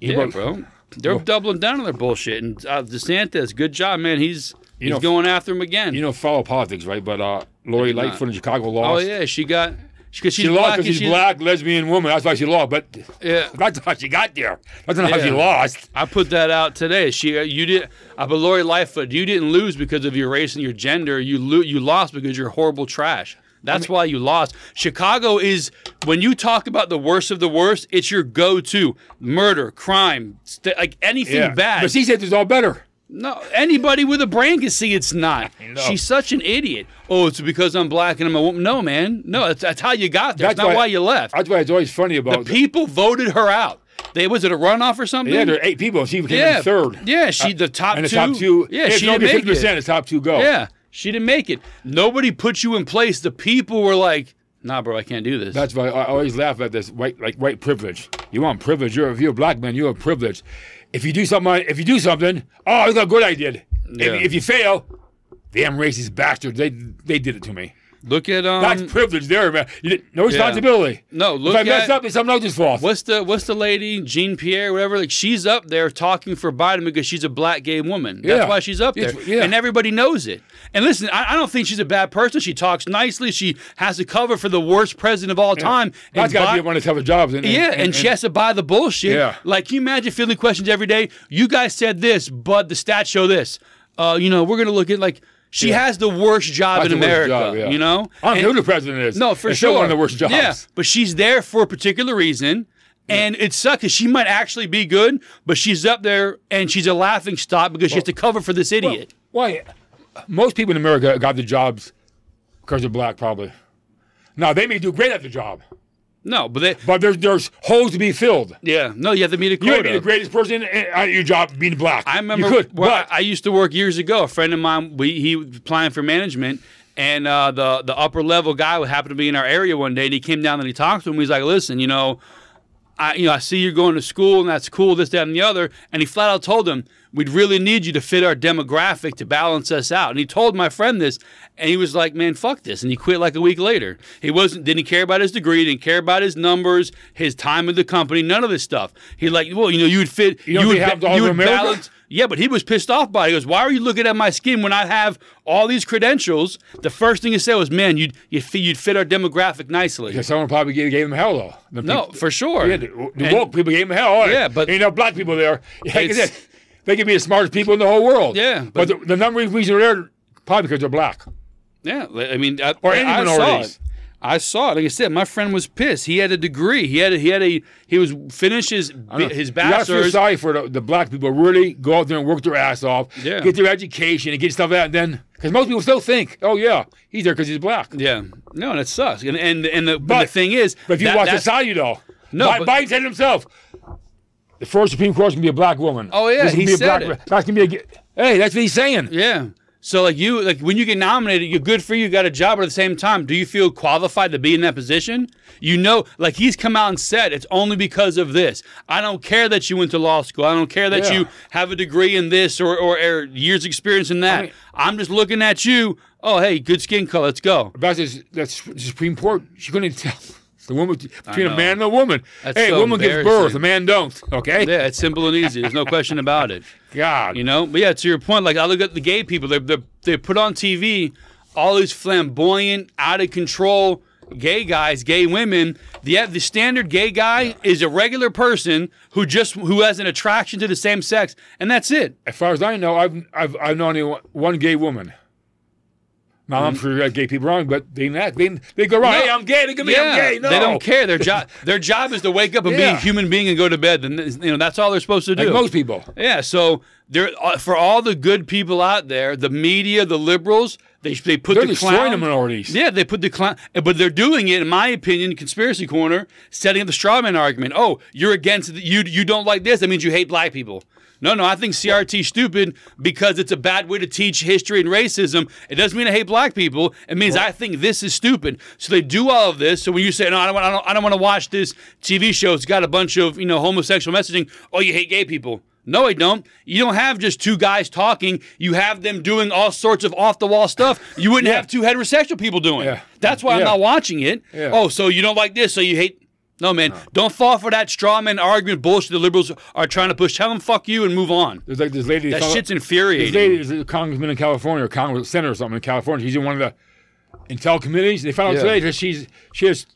S2: You
S1: Yeah,
S2: know,
S1: bro. They're
S2: Well-
S1: doubling down on their bullshit. And uh, DeSantis, good job, man. He's he's
S2: know-
S1: going after him again.
S2: You know, follow politics, right? But uh, Lori Lightfoot in Chicago
S1: oh
S2: lost.
S1: yeah, she got because she's
S2: She
S1: black.
S2: lost
S1: and
S2: because she's
S1: she's-
S2: black, lesbian woman. That's why she lost. But
S1: Yeah.
S2: that's how she got there. That's not how she
S1: Yeah.
S2: lost.
S1: I put that out today. She, uh, you did. I but Lori Lightfoot, you didn't lose because of your race and your gender. You lo- you lost because you're horrible trash. That's why you lost. Chicago is when you talk about the worst of the worst, it's your go-to murder, crime, st- like anything bad.
S2: But she said it's all better.
S1: No, anybody with a brain can see it's not.
S2: know.
S1: She's such an idiot. Oh, it's because I'm black and I'm a woman. No, man. No, that's, that's how you got there. That's
S2: That's
S1: not
S2: why-
S1: why you left.
S2: That's why it's always funny about.
S1: People voted her out. They was it a runoff or something?
S2: yeah, there are eight people. and She came
S1: yeah.
S2: in third. Uh,
S1: Yeah, she the top
S2: and the
S1: two.
S2: top two.
S1: Yeah,
S2: if
S1: she
S2: you
S1: didn't
S2: only
S1: make it.
S2: percent. The top two go.
S1: Yeah, she didn't make it. Nobody put you in place. The people were like, "Nah, bro, I can't do this."
S2: That's why I always laugh at this white, like white privilege. You want privilege? You're if you're a black man, you're a privilege. If you do something, if you do something, oh, look how good I did.
S1: Yeah.
S2: If, if you fail, damn racist bastards, they they did it to me.
S1: look at um.
S2: That's privilege there, man. You didn't, no responsibility.
S1: no,
S2: If
S1: look
S2: I
S1: at
S2: mess up, it's something else's fault.
S1: what's the what's the lady Jean Pierre whatever like she's up there talking for Biden because she's a black gay woman. That's
S2: Yeah.
S1: why she's up there,
S2: It's- yeah.
S1: and everybody knows it. And listen, I, I don't think she's a bad person. She talks nicely. She has to cover for the worst president of all time.
S2: That's
S1: And
S2: got
S1: Bi-
S2: to be one of the tougher jobs. And,
S1: yeah, and, she has to buy the bullshit.
S2: Yeah.
S1: Like, can you imagine fielding questions every day? You guys said this, but the stats show this. Uh, you know, we're gonna look at like she has the worst job
S2: That's
S1: in
S2: the worst
S1: America.
S2: job, yeah.
S1: You know,
S2: I don't
S1: And-
S2: know who the president is.
S1: no, for
S2: it's
S1: sure.
S2: Still one of the worst jobs.
S1: Yeah, but she's there for a particular reason, and it sucks. 'cause She might actually be good, but she's up there and she's a laughing stock because she has to cover for this idiot.
S2: Why? Most people in America got the jobs because they're black, probably. Now they may do great at the job,
S1: no, but they,
S2: but there's there's holes to be filled.
S1: yeah, no, you have to meet a
S2: You
S1: quota.
S2: may be the greatest person at your job being black.
S1: I remember
S2: you could,
S1: where I-
S2: but
S1: I used to work years ago. A friend of mine, we, he was applying for management, and uh, the the upper level guy who happened to be in our area one day, and he came down and he talked to him. He's like, "Listen, you know, I you know I see you're going to school, and that's cool, this, that, and the other." And he flat out told him, "We'd really need you to fit our demographic to balance us out." And he told my friend this, and he was like, "Man, fuck this," and he quit like a week later. He wasn't didn't care about his degree, didn't care about his numbers, his time with the company, none of this stuff. He like, well, you know, you would fit, you,
S2: don't
S1: would
S2: think it happens
S1: ba-
S2: all
S1: you
S2: over
S1: would
S2: America?
S1: balance. Yeah, but he was pissed off by it. He goes, "Why are you looking at my skin when I have all these credentials?" The first thing he said was, "Man, you'd you'd fit, you'd fit our demographic nicely."
S2: Yeah, someone probably gave, gave him hell though. The
S1: No,
S2: people-
S1: for sure.
S2: yeah, the, the
S1: And-
S2: woke people gave him hell. all right.
S1: Yeah, but-
S2: ain't no black people there. Yeah,
S1: It's-
S2: it's, They could be the smartest people in the whole world.
S1: Yeah,
S2: But, the, the number of reasons they're there, probably because they're black.
S1: Yeah, li- I mean, I,
S2: Or
S1: I-
S2: any
S1: I saw
S2: minorities.
S1: it. I saw it. Like I said, my friend was pissed. He had a degree. He had a, he had a he was finished his bi- his
S2: You gotta feel
S1: bachelor's.
S2: sorry for the, the black people. who Really go out there and work their ass off.
S1: Yeah.
S2: Get their education and get stuff out. And then, because most people still think, oh yeah, he's there because he's black.
S1: Yeah, no, and it sucks. And and and the, but,
S2: But-
S1: the thing is,
S2: But if you
S1: that-
S2: watch the
S1: that's-
S2: side, you know,
S1: No,
S2: Bi-
S1: but-
S2: Biden said it himself, the first Supreme Court can be a black woman.
S1: Oh, yeah,
S2: This can
S1: he
S2: be a
S1: said
S2: black,
S1: it.
S2: That's gonna be a. ge- Hey, that's what he's saying.
S1: yeah. So like you like when you get nominated, you're good for you. You got a job, but at the same time, do you feel qualified to be in that position? You know, like he's come out and said it's only because of this. I don't care that you went to law school. I don't care that
S2: Yeah.
S1: you have a degree in this or or, or years experience in that.
S2: mean-
S1: I'm just looking at you. Oh, hey, good skin color. Let's go.
S2: About this, that Su- Supreme Court, she couldn't tell the woman between a
S1: know.
S2: man and a woman.
S1: That's
S2: hey,
S1: so
S2: a woman gives birth,
S1: embarrassing.
S2: a man don't. Okay,
S1: Yeah, it's simple and easy. There's no question about it.
S2: God,
S1: You know, but yeah, to your point, like I look at the gay people, they're, they're they put on TV all these flamboyant, out of control gay guys, gay women. The the standard gay guy is a regular person who just who has an attraction to the same sex, and that's it.
S2: as far as I know, I've I've I've known only one, one gay woman. Now I'm sure that gay people are wrong, but they not they they go
S1: Mm-hmm. No.
S2: right. Oh, Hey, I'm gay. Look at me, I'm gay. No,
S1: they don't care. Their job their job is to wake up and be
S2: Yeah.
S1: a human being and go to bed. And you know that's all they're supposed to do.
S2: Like most people.
S1: Yeah, so there uh, for all the good people out there, the media, the liberals, they they put
S2: They're
S1: the
S2: destroying
S1: clown
S2: the minorities.
S1: Yeah, they put the clown, but they're doing it, in my opinion, conspiracy corner, setting up the straw man argument. Oh, you're against the, you you don't like this. That means you hate black people. No, no, I think CRT stupid because it's a bad way to teach history and racism. It doesn't mean I hate black people. It means I think this is stupid. So they do all of this. So when you say no, I don't, want- I don't, I don't want to watch this TV show. It's got a bunch of you know homosexual messaging. Oh, you hate gay people. No, I don't. You don't have just two guys talking. You have them doing all sorts of off the wall stuff. You wouldn't have two heterosexual people doing.
S2: Yeah.
S1: That's why I'm
S2: Yeah.
S1: not watching it.
S2: Yeah.
S1: Oh, so you don't like this, so you hate. No, man. Don't fall for that straw man argument bullshit the liberals are trying to push. Tell them fuck you and move on.
S2: There's like this lady.
S1: That
S2: some-
S1: shit's
S2: This
S1: infuriating.
S2: lady is a congressman in California, or Congress senator or something in California. She's in one of the intel committees. They found out
S1: Yeah.
S2: today that she's she has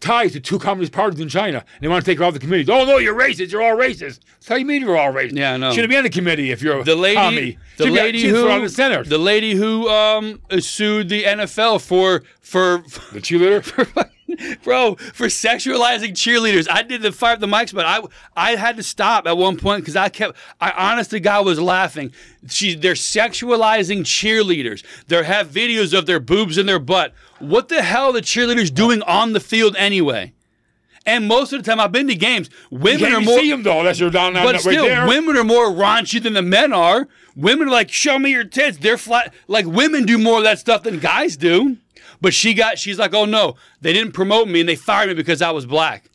S2: ties to two communist parties in China. And they want to take her off the committees. Oh no, you're racist. You're all racist. So you mean you're all racist?
S1: Yeah, I know.
S2: Shouldn't be on the committee if you're a
S1: The lady,
S2: Commie.
S1: the
S2: Should be-
S1: lady
S2: she's
S1: who,
S2: on the center.
S1: the lady who um sued the NFL for for.
S2: the cheerleader.
S1: Bro, for sexualizing cheerleaders, I did the fire up the mics, but I I had to stop at one point because I kept I honest to God was laughing. She they're sexualizing cheerleaders. They have videos of their boobs and their butt. What the hell are the cheerleaders doing on the field anyway? And most of the time, I've been to games.
S2: You
S1: Women
S2: can't
S1: are
S2: even
S1: more
S2: see him though. That's your down down
S1: but
S2: right
S1: still,
S2: there.
S1: women are more raunchy than the men are. Women are like, show me your tits. They're flat. Like women do more of that stuff than guys do. But she got, she's like, oh no, they didn't promote me and they fired me because I was black.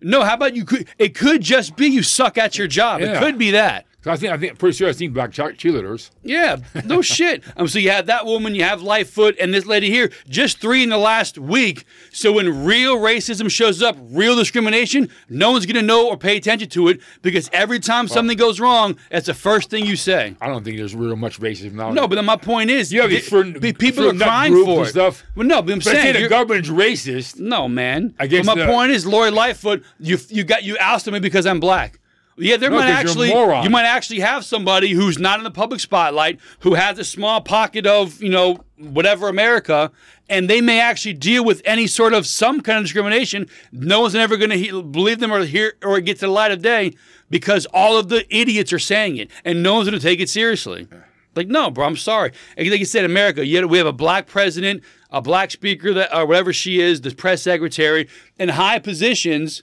S1: No, how about you? Could it could just be you suck at your job. It
S2: Yeah.
S1: could be that.
S2: I think I think pretty sure I've seen black chi- cheerleaders.
S1: Yeah, no shit. Um, so you have that woman, you have Lightfoot, and this lady here. Just three in the last week. So when real racism shows up, real discrimination, no one's gonna know or pay attention to it because every time something goes wrong, that's the first thing you say.
S2: I don't think there's real much racism now.
S1: No, but then my point is,
S2: have
S1: the-
S2: these fern-
S1: the people are
S2: fern nut
S1: crying
S2: groups
S1: for
S2: and
S1: it.
S2: stuff.
S1: Well, no, but I'm
S2: But I say
S1: saying
S2: the
S1: you're-
S2: government's racist.
S1: no, man.
S2: I guess
S1: But my
S2: the-
S1: point is, Lori Lightfoot, you you got you ousted me because I'm black. Yeah, there might
S2: 'cause you're a
S1: actually
S2: moron.
S1: you might actually have somebody who's not in the public spotlight who has a small pocket of you know whatever America, and they may actually deal with any sort of some kind of discrimination. No one's ever going to he- believe them or hear or get to the light of day because all of the idiots are saying it, and no one's going to take it seriously. Like, no, bro, I'm sorry. And Like you said, America, yet we have a black president, a black speaker, that or whatever she is, the press secretary, in high positions.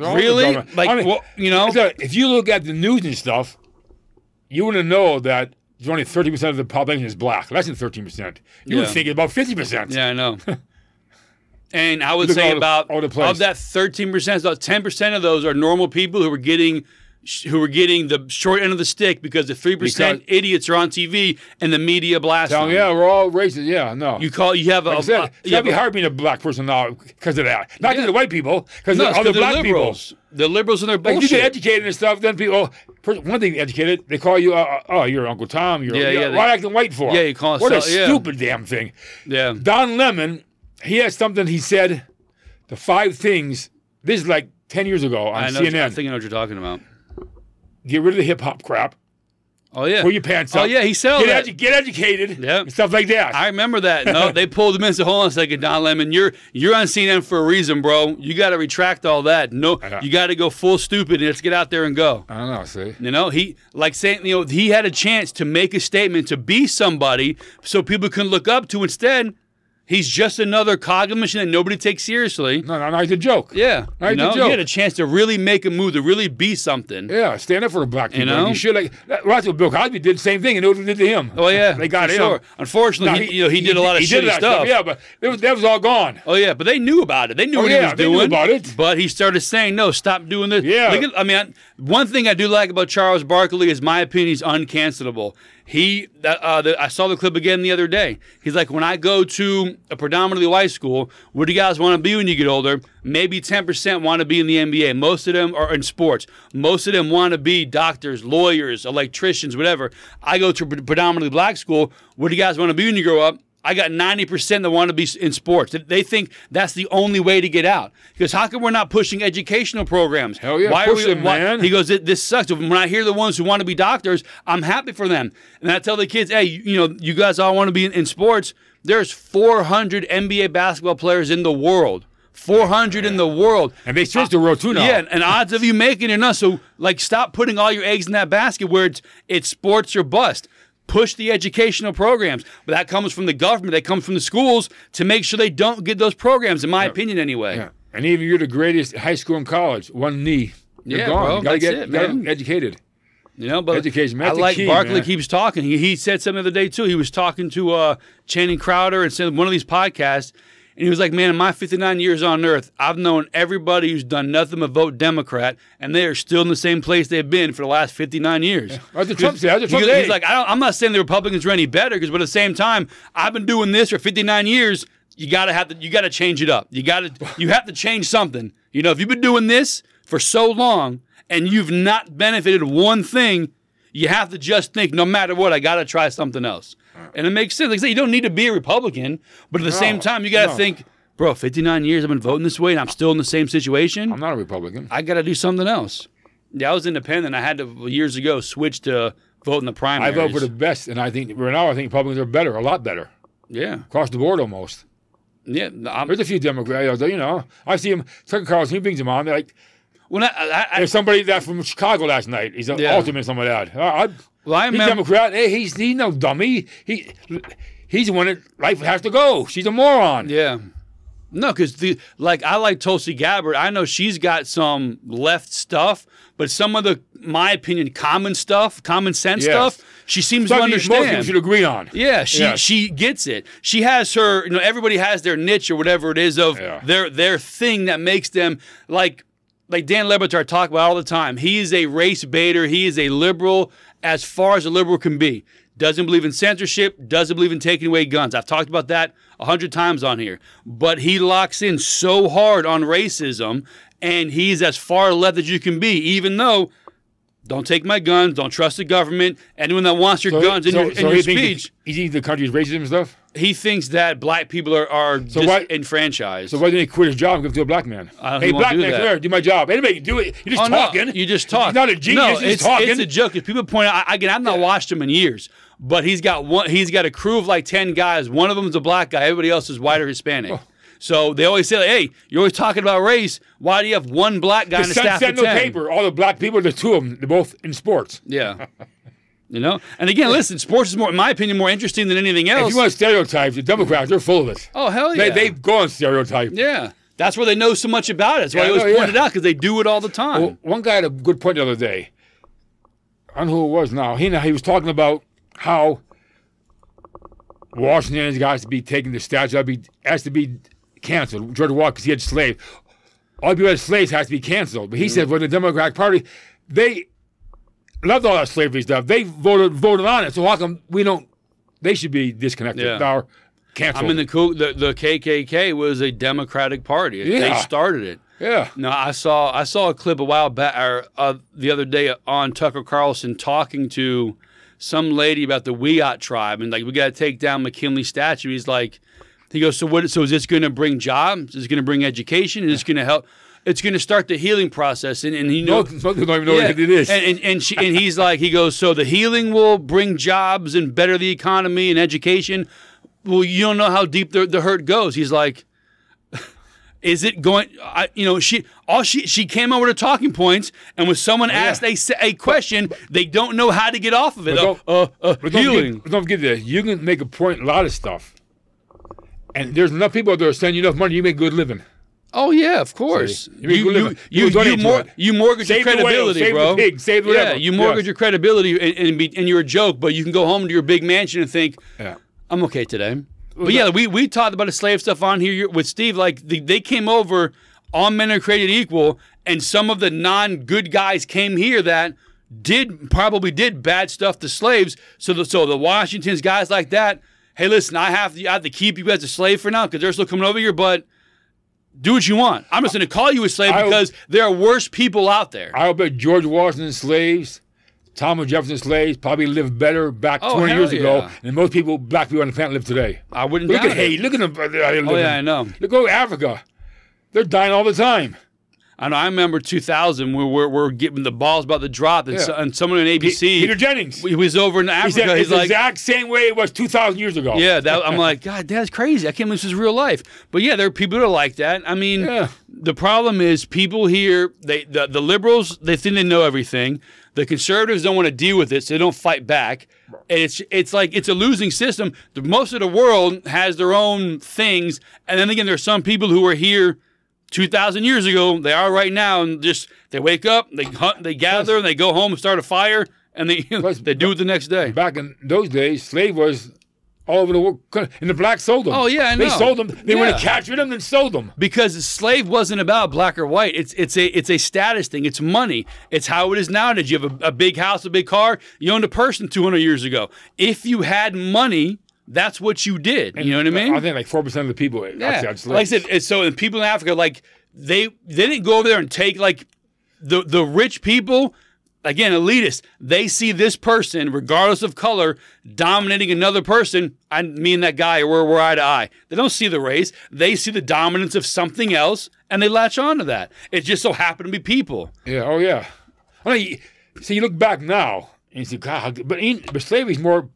S2: all
S1: Really?
S2: government.
S1: Like,
S2: I mean,
S1: well, you know?
S2: it's a- if you look at the news and stuff, you want to know that there's only 30% of the population is black. Less than 13%. You would
S1: Yeah.
S2: think it's about 50%.
S1: Yeah, I know. and I would
S2: Look
S1: say
S2: all the-
S1: about
S2: all the place.
S1: of that 13%, about 10% of those are normal people who are getting who were getting the short end of the stick because the 3%
S2: Because-
S1: idiots are on TV and the media blasts
S2: Oh,
S1: them.
S2: yeah, we're all racist. Yeah, no.
S1: You call you have a,
S2: like I said,
S1: a-
S2: it's
S1: you
S2: gotta
S1: have
S2: be
S1: a-
S2: hard being a black person now because of that. Not
S1: Yeah.
S2: just the white people, because
S1: no,
S2: of
S1: it's
S2: all the
S1: 'cause they're
S2: black people.
S1: liberals. The liberals and their
S2: Like,
S1: bullshit.
S2: you get educated and stuff, then people. First, one thing educated, they call you, uh, uh, oh, you're Uncle Tom. You're,
S1: Yeah,
S2: yeah,
S1: yeah,
S2: yeah.
S1: they-
S2: Why acting white for?
S1: Yeah, you call us
S2: What a
S1: out, yeah.
S2: stupid damn thing.
S1: yeah.
S2: Don Lemon, he has something he said. The five things. This is like ten years ago on
S1: I know,
S2: CNN.
S1: I think I know what you're talking about.
S2: Get rid of the hip hop crap.
S1: Oh yeah.
S2: Pull your pants
S1: oh
S2: up.
S1: yeah, he sold that.
S2: Get, edu- get educated.
S1: Yep.
S2: and Stuff like that.
S1: I remember that. No, they pulled him in. and Said, "Hold on a second, Don Lemon. You're you're on CNN for a reason, bro. You got to retract all that. No,
S2: Yeah.
S1: you got to go full stupid and just get out there and go."
S2: I don't know. See.
S1: You know, he like saying you know he had a chance to make a statement to be somebody so people can look up to. Instead, he's just another cog in the machine that nobody takes seriously.
S2: No, no, no. It's a joke.
S1: Yeah,
S2: Right,
S1: you
S2: the
S1: know, he
S2: joke.
S1: had a chance to really make a move, to really be something.
S2: Yeah, stand up for the black people. You
S1: know?
S2: you should like that's what Bill Cosby did the same thing, and it was did to him.
S1: Oh yeah,
S2: they got
S1: for
S2: him.
S1: sure. Unfortunately,
S2: No,
S1: he, you know, he, did a lot of
S2: he
S1: shitty
S2: did a lot
S1: stuff.
S2: Yeah, but it was, that was all gone.
S1: Oh yeah, but they knew about it. They knew
S2: Oh,
S1: what he
S2: yeah,
S1: was
S2: they
S1: doing
S2: knew about it.
S1: But he started saying, "No, stop doing this."
S2: Yeah.
S1: Look at- I mean, I- one thing I do like about Charles Barkley is my opinion he's uncancelable. He, that, uh, the, I saw the clip again the other day. He's like, "When I go to a predominantly white school, what do you guys want to be when you get older? Maybe ten percent want to be in the NBA. Most of them are in sports. Most of them want to be doctors, lawyers, electricians, whatever. I go to a pre- predominantly black school. What do you guys want to be when you grow up?" I got 90% that want to be s- in sports. Th- They think that's the only way to get out. Because how come we're not pushing educational programs?
S2: Hell yeah,
S1: why
S2: push
S1: are we,
S2: it,
S1: why-
S2: man.
S1: He goes, "Th- this sucks. When I hear the ones who want to be doctors, I'm happy for them. And I tell the kids, hey, you, you know, you guys all want to be in, in sports. There's 400 NBA basketball players in the world. 400 in the world.
S2: And they switched to row two now.
S1: Yeah, and, and odds of you making it or not. So like stop putting all your eggs in that basket where it's it's sports or bust. Push the educational programs. But that comes from the government, that comes from the schools to make sure they don't get those programs, in my opinion anyway.
S2: Yeah. And even you're the greatest at high school and college, one knee. You're
S1: Yeah,
S2: gone.
S1: bro,
S2: you gotta
S1: that's
S2: get
S1: it,
S2: you gotta
S1: man.
S2: get educated.
S1: You know, but
S2: Education,
S1: I
S2: that's the
S1: like
S2: key,
S1: Barkley
S2: man.
S1: keeps talking. He, he said something the other day too. He was talking to uh, Channing Crowder and said one of these podcasts, and he was like, "Man, in my 59 years on Earth, I've known everybody who's done nothing but vote Democrat, and they are still in the same place they've been for the last 59 years."
S2: That's what Trump said. That's what
S1: He
S2: Trump
S1: goes-
S2: said.
S1: he's like, I don't, I'm not saying the Republicans are any better, because but at the same time, I've been doing this for 59 years. You gotta have to, you gotta change it up. You gotta, you have to change something. You know, if you've been doing this for so long and you've not benefited one thing, you have to just think, no matter what, I gotta try something else. And it makes sense. Like I said, you don't need to be a Republican, but at the same time, you gotta
S2: no.
S1: think, bro, 59 years I've been voting this way, and I'm still in the same situation.
S2: I'm not a Republican.
S1: I got to do something else. Yeah, I was independent. I had to years ago switch to vote in the
S2: I
S1: primaries.
S2: vote for the best, and I think right now I think Republicans are better, a lot better,
S1: yeah,
S2: across the board almost.
S1: yeah. no, I'm,
S2: There's a few Democrats, you know. I see him. Tucker Carlson, he brings them on. They're like,
S1: when I, I, I,
S2: there's somebody that from Chicago last night. He's an
S1: Yeah.
S2: ultimate somebody that. I, I,
S1: well, I
S2: he's
S1: remember.
S2: Democrat. Hey, he's he's no dummy. He he's the one that life has to go. She's a moron.
S1: Yeah, no, because the like I like Tulsi Gabbard. I know she's got some left stuff, but some of the, my opinion, common stuff, common sense
S2: Yes.
S1: stuff, she seems to
S2: Something most people
S1: understand.
S2: should agree on.
S1: Yeah, she
S2: Yes.
S1: she gets it. She has her, you know, everybody has their niche or whatever it is of
S2: Yeah.
S1: their their thing that makes them like like Dan Lebertar talk about all the time. He is a race baiter. He is a liberal as far as a liberal can be. Doesn't believe in censorship. Doesn't believe in taking away guns. I've talked about that a hundred times on here. But he locks in so hard on racism, and he's as far left as you can be. Even though, don't take my guns. Don't trust the government. Anyone that wants your
S2: So-
S1: guns in
S2: so-
S1: your, in
S2: so
S1: your
S2: he thinks
S1: speech,
S2: He thinks the country's racism and stuff.
S1: he thinks that black people are, are
S2: why-
S1: disenfranchised.
S2: So why didn't he quit his job and give it to a black man?
S1: I don't- he
S2: hey,
S1: won't
S2: black
S1: do
S2: man,
S1: that.
S2: come here, do my job. Anybody can do it. You're just
S1: Oh, no,
S2: talking.
S1: you just talk.
S2: He's not a genius.
S1: No,
S2: he's
S1: it's,
S2: just talking.
S1: it's a joke. If people point out, I, again, I've not watched him in years, but he's got one. He's got a crew of like ten guys. One of them's a black guy. Everybody else is white or
S2: Oh.
S1: Hispanic. So they always say, like, "Hey, you're always talking about race. Why do you have one black guy
S2: the
S1: in the staff
S2: Sun
S1: of
S2: Sentinel
S1: ten?
S2: paper. All the black people. There's two of them. They're both in sports.
S1: Yeah, you know. And again, listen, sports is more, in my opinion, more interesting than anything
S2: If
S1: else.
S2: you want stereotypes, the Democrats, they're full of it.
S1: oh hell yeah,
S2: They, they go on stereotype.
S1: yeah. That's where they know so much about it. That's why I
S2: Yeah, I
S1: always
S2: know, yeah.
S1: point it out because they do it all the time.
S2: Well, one guy had a good point the other day. I don't know who it was now. He he was talking about how Washington's got to be taking the statue that be has to be canceled. George Walker because he had slaves. All the people that had slaves has to be canceled. But he said, well, the Democratic Party, they loved all that slavery stuff. They voted voted on it. So how come we don't? They should be disconnected
S1: Yeah.
S2: or canceled.
S1: I mean, the, Ku- the the KKK was a Democratic Party. They
S2: Yeah.
S1: started it.
S2: yeah.
S1: No, I saw I saw a clip a while back or uh, the other day on Tucker Carlson talking to some lady about the Wiat tribe and like we got to take down McKinley statue. He's like, he goes, so what? So is this going to bring jobs? Is this going to bring education? Is this going to help? it's going to start the healing process. And, and he knows.
S2: Most, most people don't even know
S1: Yeah.
S2: what it is.
S1: And and, and, she, and he's like, he goes, so the healing will bring jobs and better the economy and education. Well, you don't know how deep the, the hurt goes. He's like, is it going? I, you know, she all she she came over to talking points, and when someone asked a, se- a question, they don't know how to get off of it.
S2: But
S1: Uh,
S2: don't-
S1: uh, uh,
S2: But don't
S1: healing.
S2: Forget, don't forget this. You can make a point in a lot of stuff. And there's enough people out there sending you enough money, you make good living.
S1: Oh yeah, of course.
S2: You mean
S1: You you
S2: good living. You
S1: you, you,
S2: donate to
S1: mor-
S2: it.
S1: you mortgage
S2: Save the
S1: your
S2: whale,
S1: credibility,
S2: save the
S1: bro.
S2: pig, save
S1: yeah,
S2: whatever.
S1: you mortgage
S2: Yes.
S1: your credibility and and, be, and you're a joke, but you can go home to your big mansion and think,
S2: Yeah.
S1: I'm okay today. But yeah, we we talked about the slave stuff on here with Steve. Like the, they came over, all men are created equal, and some of the non good guys came here that did probably did bad stuff to slaves. So the so the Washingtons guys like that. Hey, listen, I have to I have to keep you as a slave for now because they're still coming over here, but. Do what you want. I'm just going to call you a slave
S2: I-
S1: because there are worse people out there.
S2: I'll bet George Washington's slaves, Thomas Jefferson's slaves probably lived better back
S1: Oh,
S2: 20
S1: hell
S2: years ago
S1: yeah.
S2: than most people, black people on the planet live today.
S1: I wouldn't
S2: Look
S1: doubt
S2: at
S1: it.
S2: Haiti. Look at them. Oh,
S1: Oh yeah, I know.
S2: Look over Africa. They're dying all the time.
S1: I know. I remember 2000 where we're, we're getting the balls about the drop, and,
S2: Yeah.
S1: so, and someone on ABC,
S2: Peter Jennings.
S1: he was over in
S2: he
S1: Africa.
S2: said it's
S1: he's
S2: the
S1: like,
S2: exact same way it was 2,000 years ago.
S1: yeah, that, I'm like, God, that's crazy. I can't believe this is real life. But yeah, there are people that are like that. I mean,
S2: Yeah.
S1: the problem is people here. They the, the liberals they think they know everything. The conservatives don't want to deal with it, so they don't fight back. And it's it's like it's a losing system. The, most of the world has their own things, and then again, there are some people who are here. 2000 years ago they are right now and just they wake up they hunt they gather and they go home and start a fire and they they do it the next day
S2: Back in those days, slave was all over the world. And the blacks sold them.
S1: Oh, yeah, I
S2: They
S1: know.
S2: sold them. They went and
S1: Yeah.
S2: captured them and sold them.
S1: because slave wasn't about black or white. It's it's a it's a status thing. It's money. It's how it is now. Did you have a, a big house, a big car? You owned a person 200 years ago. If you had money, that's what you did. You know what I mean?
S2: I think like 4% of the people actually had slaves.
S1: Like I said, it's- so the people in Africa, like they they didn't go over there and take like the the rich people. Again, elitists, they see this person, regardless of color, dominating another person. I mean that guy, we're, we're eye to eye. They don't see the race. They see the dominance of something else and they latch on to that. It just so happened to be people.
S2: Yeah. Oh, yeah. I mean, see, you look back now and you see, God, how- but, in, but slavery's more.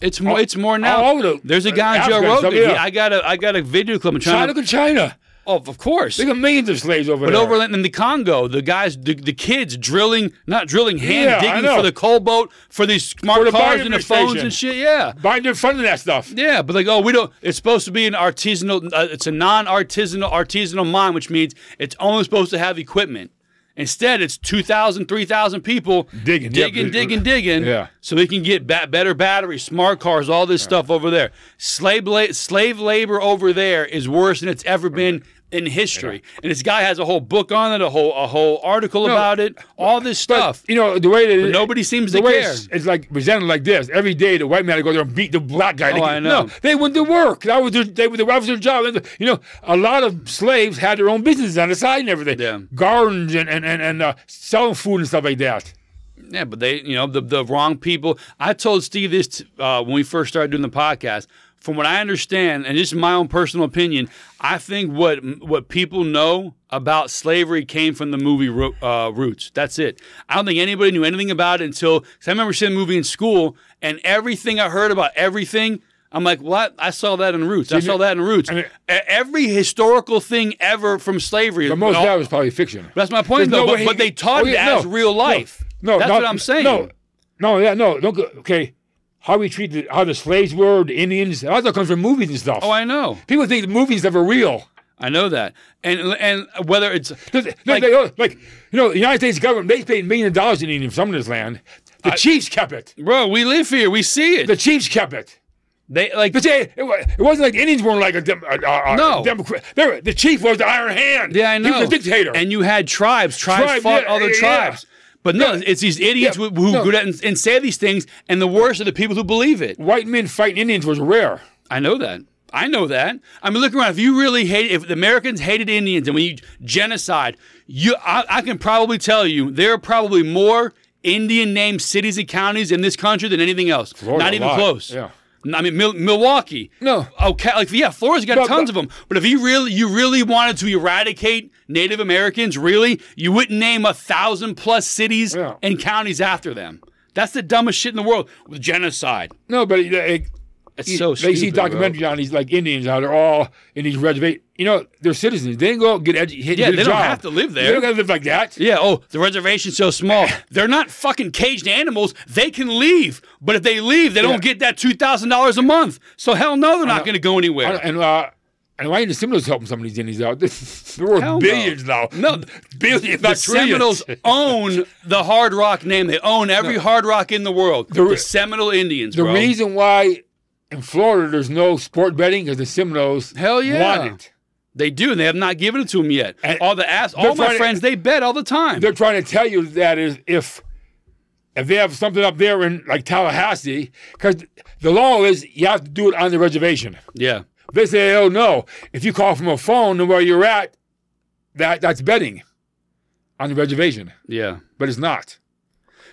S1: It's more it's more now.
S2: all over the-
S1: There's a guy on Joe
S2: Africa and stuff,
S1: Rogan.
S2: yeah.
S1: He- I got a I got a video clip. I'm
S2: China,
S1: trying
S2: look
S1: to,
S2: at China.
S1: oh, of course.
S2: They got millions of slaves over
S1: But
S2: there.
S1: over in in the Congo, the guys, the, the kids drilling, not drilling, hand
S2: Yeah, I
S1: digging
S2: know.
S1: for the coal boat, for these smart
S2: For the
S1: cars
S2: Biden
S1: and the phones
S2: administration.
S1: and shit. Yeah.
S2: Biden didn't fund that stuff.
S1: Yeah, but like, oh, we don't. It's supposed to be an artisanal. Uh, it's a non-artisanal artisanal mine, which means it's only supposed to have equipment. Instead, it's 2,000, 3,000 people
S2: Digging, yep.
S1: digging, digging, digging.
S2: Yeah.
S1: So they can get ba- better batteries, smart cars, all this stuff over there. Slave la- slave labor over there is worse than it's ever been in history. And this guy has a whole book on it, a whole a whole article about it, all this stuff.
S2: You know, the way that it,
S1: Nobody seems
S2: the
S1: to
S2: way
S1: care.
S2: It's, it's like presented like this every day. The white man would go there and beat the black guy. They-
S1: Oh, I know.
S2: No, they went to work. That was their, they were that was their job. You know, a lot of slaves had their own businesses on the side and everything.
S1: Yeah.
S2: Gardens and and and, and uh, selling food and stuff like that.
S1: Yeah, but they, you know, the, the wrong people. I told Steve this t- uh, when we first started doing the podcast. From what I understand, and this is my own personal opinion, I think what what people know about slavery came from the movie Ro- uh, Roots. That's it. I don't think anybody knew anything about it until because I remember seeing the movie in school, and everything I heard about everything. I'm like, what? I saw that in Roots. I saw that in Roots.
S2: mean-
S1: E- Every historical thing ever from slavery.
S2: But most
S1: all-
S2: of that was probably fiction.
S1: that's my point,
S2: There's
S1: though.
S2: no
S1: but,
S2: way
S1: but
S2: he-
S1: they taught
S2: oh,
S1: it
S2: yeah,
S1: as
S2: no,
S1: real life.
S2: No,
S1: that's
S2: no,
S1: what I'm saying.
S2: No, no, yeah, no. Don't go, okay. How we treat the, how the slaves were, the Indians. That all comes from movies and stuff.
S1: Oh, I know.
S2: People think the movies that were real.
S1: I know that. And and whether it's
S2: No, they- no,
S1: Like-
S2: they, oh, like you know, the United States government they paid millions of dollars in Indian some of this land. The chiefs kept it.
S1: bro, we live here, we see it.
S2: The chiefs kept it.
S1: They like
S2: But they, it, wa- it wasn't like the Indians weren't like a, dem, a, a, a
S1: No.
S2: Democrat. They were- the chief was the Iron Hand.
S1: yeah, I know.
S2: He was a dictator.
S1: And you had tribes. Tribes
S2: Tribe,
S1: fought
S2: yeah,
S1: other
S2: yeah.
S1: tribes. But no,
S2: Yeah.
S1: it's these idiots
S2: Yeah.
S1: who, who
S2: No.
S1: go out and, and say these things, and the worst are the people who believe it.
S2: White men fighting Indians was rare.
S1: I know that. I know that. I mean, look around. If you really hate, if the Americans hated Indians and we genocide, you, I, I can probably tell you there are probably more Indian named cities and counties in this country than anything else.
S2: Florida,
S1: Not
S2: a
S1: even
S2: lot.
S1: close.
S2: Yeah.
S1: I mean, Mil- Milwaukee.
S2: No.
S1: Okay. Like, yeah, Florida's got
S2: But-
S1: tons of 'em. of them. But if you really, you really wanted to eradicate Native Americans, really, you wouldn't name a thousand plus cities
S2: Yeah.
S1: and counties after them. That's the dumbest shit in the world. With genocide.
S2: No, but it, it,
S1: It's
S2: you-
S1: so
S2: they see
S1: stupid, bro.
S2: documentaries on these like Indians out there all in these reservations. You know, they're citizens. They didn't go out and get educated.
S1: Yeah,
S2: get a
S1: they don't
S2: job.
S1: have to live there.
S2: They don't have to live like that.
S1: Yeah, oh, the reservation's so small. They're not fucking caged animals. They can leave. But if they leave, they don't
S2: Yeah.
S1: get that $2,000 a month. So hell no, they're not going to go
S2: I
S1: anywhere.
S2: don't- And uh, and why ain't the Seminoles helping some of these Indians out? They're worth
S1: Hell no.
S2: billions now.
S1: No,
S2: billions,
S1: The
S2: not trillions.
S1: Seminoles own the Hard Rock name. They own every Hard Rock in the world. The,
S2: re-
S1: Seminole Indians,
S2: The
S1: bro.
S2: reason why in Florida there's no sport betting is the Seminoles
S1: Hell yeah.
S2: want it.
S1: They do, and they have not given it to them yet.
S2: And-
S1: all the ass, all
S2: They're
S1: my
S2: trying to-
S1: friends, they bet all the time.
S2: They're trying to tell you that is if if they have something up there in like Tallahassee, because the law is you have to do it on the reservation.
S1: Yeah.
S2: They say, oh no, if you call from a phone to where you're at, that that's betting on the reservation,
S1: Yeah.
S2: but it's not.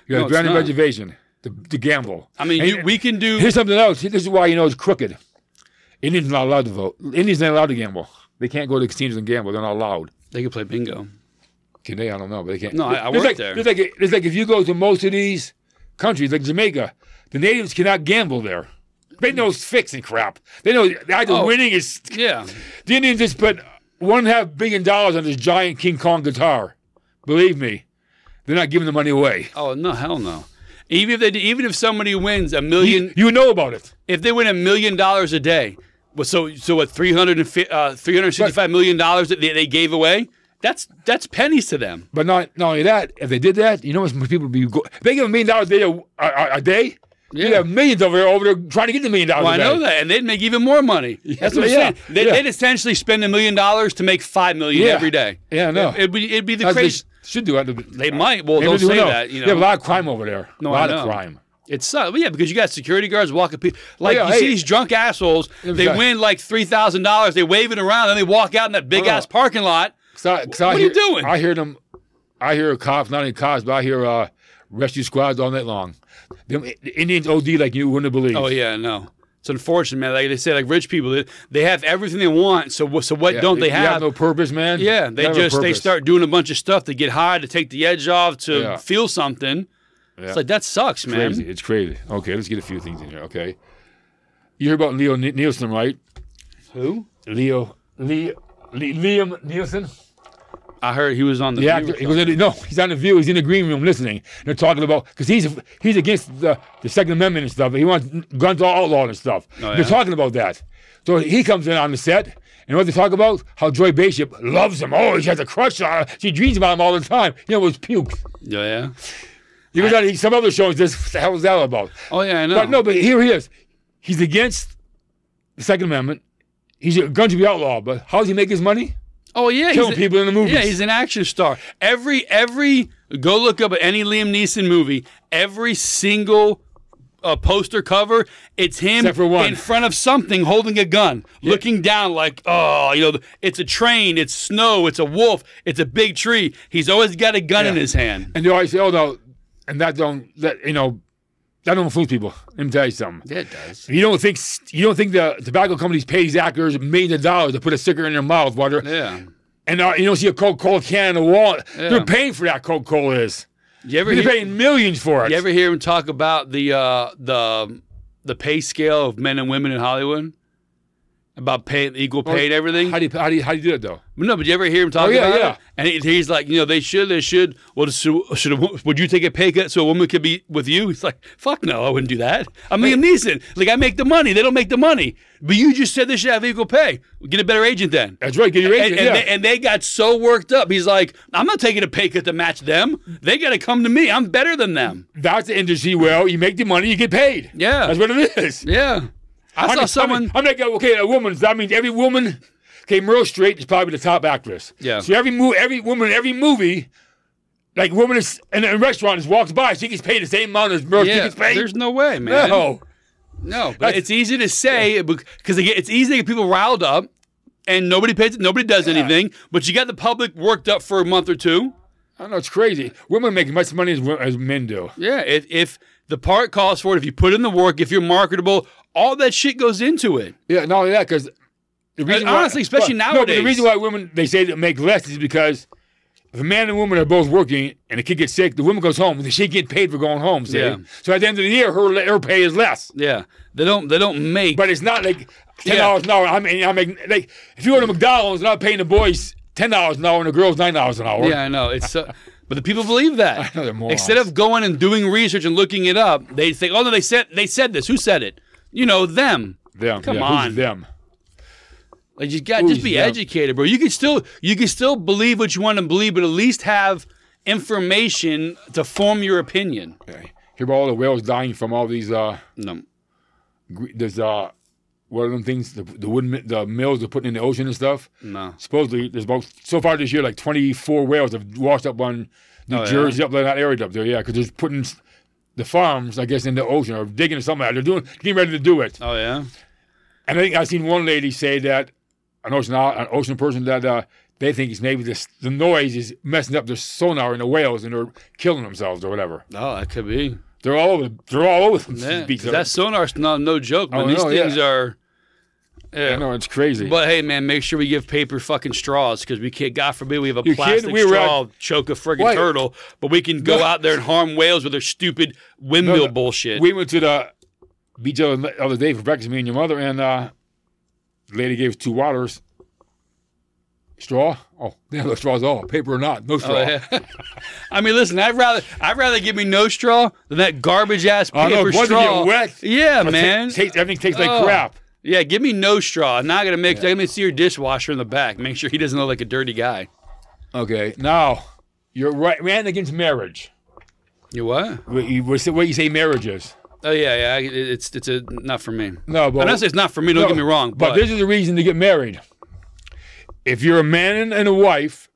S2: You
S1: No,
S2: have to be
S1: it's
S2: on the
S1: not.
S2: reservation to, to gamble.
S1: I mean,
S2: And-
S1: you, we can do.
S2: Here's something else. This is why you know it's crooked. Indians not allowed to vote. Indians not allowed to gamble. They can't go to casinos and gamble. They're not allowed.
S1: They can play bingo.
S2: Can they? I don't know, but they can't.
S1: No, I- I
S2: It's
S1: worked
S2: like,
S1: there.
S2: It's like, it's like if you go to most of these countries, like Jamaica, the natives cannot gamble there. They know it's fixing crap. They know the idea
S1: Oh.
S2: of winning is.
S1: Yeah.
S2: The Indians just put one and a half billion dollars on this giant King Kong guitar. Believe me, they're not giving the money away.
S1: Oh no, hell no. Even if they, do- even if somebody wins a million,
S2: You know about it.
S1: if they win a million dollars a day, well, so so what? Three hundred and uh, three hundred sixty-five million dollars that they, they gave away. That's that's pennies to them.
S2: But not, not only that, if they did that, you know how much people would be. Go- if they give a million dollars a day, a, a, a day you'd
S1: Yeah.
S2: have millions over there, over there trying to get the million dollars
S1: Well,
S2: a
S1: I
S2: day.
S1: know that, and they'd make even more money. That's what I'm
S2: Yeah,
S1: saying. They,
S2: yeah.
S1: They'd essentially spend a million dollars to make five million
S2: Yeah.
S1: every day.
S2: Yeah, I know.
S1: It, would be it'd be the
S2: That's what
S1: crazy.
S2: They should do it.
S1: They might. Well, don't say
S2: Maybe who knows?
S1: that. You know,
S2: They have a lot of crime over there.
S1: No,
S2: a lot
S1: I
S2: of
S1: know.
S2: crime.
S1: It sucks. Well, yeah, because you got security guards walking people. Like
S2: yeah,
S1: you see
S2: hey.
S1: these drunk assholes, they
S2: Exactly.
S1: win like three thousand dollars. They wave it around, then they walk out in that big ass parking lot.
S2: 'Cause I- 'cause I
S1: What are you
S2: hear-
S1: doing?
S2: I hear them. I hear cops, not only cops, but I hear uh, rescue squads all night long. Them, the Indians OD like you wouldn't believe.
S1: Oh yeah, no. It's unfortunate, man. Like they say, like rich people, they, they have everything they want. So what? So what don't they
S2: You
S1: have?
S2: no purpose, man.
S1: yeah,
S2: You
S1: they
S2: have no
S1: just they
S2: purpose.
S1: start doing a bunch of stuff to get high, to take the edge off, to
S2: Yeah.
S1: feel something.
S2: Yeah.
S1: It's like that sucks, man.
S2: crazy. It's crazy. Okay, let's get a few things in here. Okay, you hear about Leo Ni- Nielsen, right?
S1: Who?
S2: Leo, Leo, Le- Liam Nielsen.
S1: I heard he was on the.
S2: The
S1: View
S2: actor,
S1: or
S2: he goes in, no, he's on the view. He's in the green room listening. They're talking about because he's he's against the, the Second Amendment and stuff. He wants guns all outlawed and stuff.
S1: yeah?
S2: They're talking about that. So he comes in on the set, and what they talk about how Joy Bishop loves him. Oh, she has a crush on him. She dreams about him all the time. You know, it was puke.
S1: something. Yeah, yeah.
S2: He goes on some other show and says, "What the hell is that all about?"
S1: Oh yeah, I know.
S2: But no, but here he is. He's against the Second Amendment. He's a gun should be outlawed. But how does he make his money?
S1: Oh yeah,
S2: Killing
S1: he's a-
S2: people in the movies.
S1: Yeah, he's an action star. Every every go look up any Liam Neeson movie. Every single uh, poster cover, it's him
S2: Except for one.
S1: in front of something holding a gun, looking down like oh you know th- it's a train, it's snow, it's a wolf, it's a big tree. He's always got a gun in
S2: Yeah.
S1: his hand.
S2: And they always say, "Oh no," and that don't that you know that don't fool people. Let me tell you something.
S1: It does.
S2: You don't think you don't think the tobacco companies pay these actors millions of dollars to put a sticker in their mouth, water,
S1: Yeah.
S2: and uh, you don't see a Coca Cola can on the wall.
S1: Yeah.
S2: They're paying for that Coca Cola is.
S1: You ever
S2: They're
S1: hear,
S2: paying millions for it.
S1: you ever hear him talk about the uh, the the pay scale of men and women in Hollywood? About pay equal pay and everything.
S2: how do you how do you, how do you do it though?
S1: No, but you ever hear him talk
S2: Oh, yeah,
S1: about
S2: yeah.
S1: it? And he, he's like, you know, they should, they should. Well, should, should a, wo- would you take a pay cut so a woman could be with you? He's like, fuck no, I wouldn't do that. I'm Liam Neeson. Like, I make the money. They don't make the money. But you just said they should have equal pay. Get a better agent then.
S2: That's right. Get your agent.
S1: and, and
S2: yeah.
S1: they, and they got so worked up. He's like, I'm not taking a pay cut to match them. They got to come to me. I'm better than them.
S2: That's the industry. Well, you make the money, you get paid.
S1: Yeah.
S2: That's what it is.
S1: Yeah. I saw
S2: mean-
S1: someone.
S2: mean- I'm like, okay, a woman. That means every woman. Okay, Meryl Streep is probably the top actress.
S1: Yeah.
S2: So every mo- every woman, in every movie, like woman is, in a restaurant is walks by, she gets paid the same amount as Meryl
S1: yeah,
S2: Streep gets paid.
S1: there's no way, man.
S2: no.
S1: No, but
S2: That's-
S1: it's easy to say because again, it's easy to get people riled up, and nobody pays, nobody does anything. But you got the public worked up for a month or two.
S2: I know it's crazy. Women make as much money as, wo- as men do.
S1: Yeah, if, if the part calls for it, if you put in the work, if you're marketable, all that shit goes into it.
S2: Yeah, not only that, because the reason
S1: honestly,
S2: why,
S1: especially
S2: well, no, but
S1: nowadays.
S2: the reason why women they say they make less is because if a man and woman are both working and the kid gets sick, the woman goes home. and She get paid for going home. See?
S1: Yeah.
S2: So at the end of the year, her her pay is less.
S1: Yeah, they don't they don't make
S2: But it's not like
S1: Yeah.
S2: ten dollars an hour. I mean, I mean, like if you go to McDonald's, they're not paying the boys ten dollars an hour and the girls nine dollars an hour.
S1: Yeah, I know. It's so, but the people believe that.
S2: I know they're morons.
S1: Instead of going and doing research and looking it up, they think, "Oh no, they said they said this. Who said it? You know them."
S2: Them.
S1: Come
S2: yeah,
S1: on.
S2: Who's them.
S1: Like you got just
S2: Who's
S1: be
S2: them?
S1: educated, bro. You can still you can still believe what you want to believe, but at least have information to form your opinion.
S2: Okay. Hear about all the whales dying from all these uh,
S1: No.
S2: gre- there's uh, what are them things the, the wood mi- the mills are putting in the ocean and stuff.
S1: No.
S2: supposedly there's about so far this year like 24 whales have washed up on New
S1: Oh, yeah?
S2: Jersey up there that area up there. Yeah, because they're putting s- the farms, I guess, in the ocean or digging or something. like that. They're doing getting ready to do it.
S1: Oh yeah.
S2: And I think I've seen one lady say that an ocean an ocean person that uh, they think is maybe this the noise is messing up their sonar in the whales and they're killing themselves or whatever.
S1: Oh, that could be.
S2: They're all over. They're all over. these
S1: Yeah. 'cause
S2: beaches.
S1: That sonar's not no joke, man.
S2: Oh,
S1: These
S2: no, yeah.
S1: things are.
S2: I know it's crazy.
S1: But hey, man, make sure we give paper fucking straws because we can't. God forbid we have a
S2: You
S1: plastic
S2: kidding? We were
S1: straw choke a friggin'
S2: Wait.
S1: turtle, but we can go
S2: No.
S1: out there and harm whales with their stupid windmill
S2: No, no.
S1: bullshit.
S2: We went to the beach the other the other day for breakfast, me and your mother, and uh, the lady gave us two waters. Straw? Oh, they have no straws at all. Paper or not, no straw.
S1: Oh, yeah. I mean, listen, I'd rather I'd rather give me no straw than that garbage ass
S2: I
S1: paper
S2: know, once you get
S1: straw.
S2: wet,
S1: yeah,
S2: But ta-
S1: man.
S2: tastes- everything tastes like
S1: Oh.
S2: crap.
S1: yeah, give me no straw. I'm not gonna make. I'm gonna see your dishwasher in the back. Make sure he doesn't look like a dirty guy.
S2: Okay, now you're right, man, against marriage.
S1: You what?
S2: What you, what you say- what you say marriage is.
S1: Oh yeah, yeah. I- it- It's it's a not for me.
S2: No, but
S1: I'm not saying it's not for me. Don't
S2: no,
S1: get me wrong,
S2: But, this is the reason to get married. If you're a man and a wife,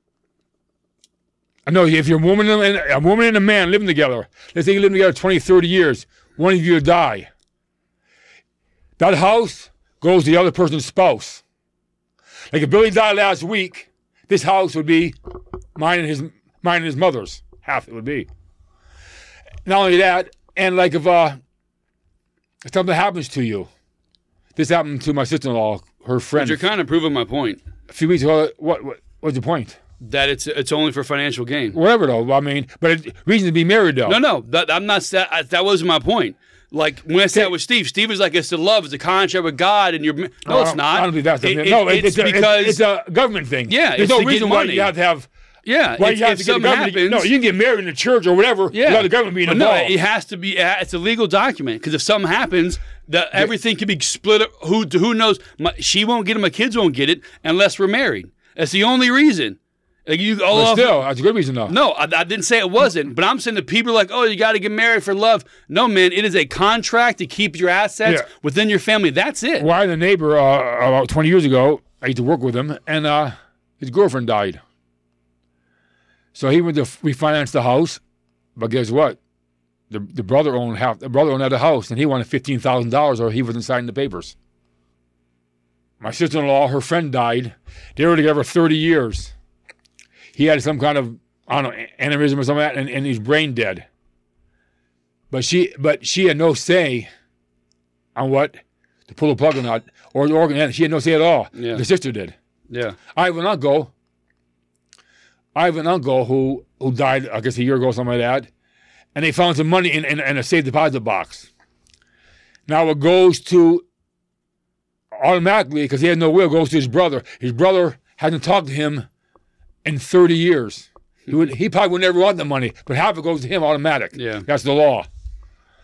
S2: no, if you're a woman and a woman and a man living together, let's say you live together 20, 30 years, one of you will die. That house goes to the other person's spouse. Like if Billy died last week, this house would be mine and his mine and his mother's. Half it would be. Not only that, and like if uh if something happens to you, this happened to my sister-in-law, her friend.
S1: you're kind of proving my point.
S2: a few weeks ago. What, what what's the point?
S1: that it's it's only for financial gain.
S2: Whatever though. I mean, but it, reason to be married though.
S1: No, no, that, I'm not. That, I, that wasn't my point. Like when I sat with Steve, Steve was like, "It's the love, it's a contract with God." And you're no,
S2: I
S1: it's
S2: don't-
S1: not.
S2: I don't believe that's the
S1: It- it-
S2: no. it-
S1: it's,
S2: it's, a- it's-
S1: because
S2: it's a government thing.
S1: Yeah,
S2: there's
S1: it's
S2: no
S1: to get
S2: reason why
S1: money.
S2: you have to have.
S1: yeah,
S2: Why
S1: it's-
S2: you have
S1: if
S2: to get the
S1: something
S2: government? to-
S1: happens,
S2: no, you can get married in the church or whatever.
S1: yeah,
S2: without the government being
S1: But
S2: involved.
S1: No, it has to be. It's a legal document because if something happens, the, everything can be split. up. Who who knows? My, she won't get it. My kids won't get it unless we're married. That's the only reason. Like you, all
S2: but
S1: off-
S2: still, that's a good reason though.
S1: No, I, I didn't say it wasn't, but I'm saying that people are like, oh, you got to get married for love. No, man, it is a contract to keep your assets
S2: Yeah.
S1: within your family. That's it.
S2: Why the neighbor uh, about 20 years ago, I used to work with him, and uh, his girlfriend died. So he went to refinance the house, but guess what? The, the brother owned half. The brother owned the house, and he wanted fifteen thousand dollars, or he wasn't signing the papers. My sister-in-law, her friend died. They were together thirty years. He had some kind of I don't know aneurysm or something, like that, and, and he's brain dead. But she, but she had no say on what to pull the plug or not, or the organ. And she had no say at all.
S1: Yeah.
S2: The sister did.
S1: Yeah.
S2: I have an uncle. I have an uncle who who died, I guess, a year ago, or something like that, and they found some money in, in, in a safe deposit box. Now it goes to automatically because he had no will. Goes to his brother. His brother hasn't talked to him in thirty years. He, would, he probably would never want the money, but half it goes to him automatic.
S1: Yeah.
S2: that's the law.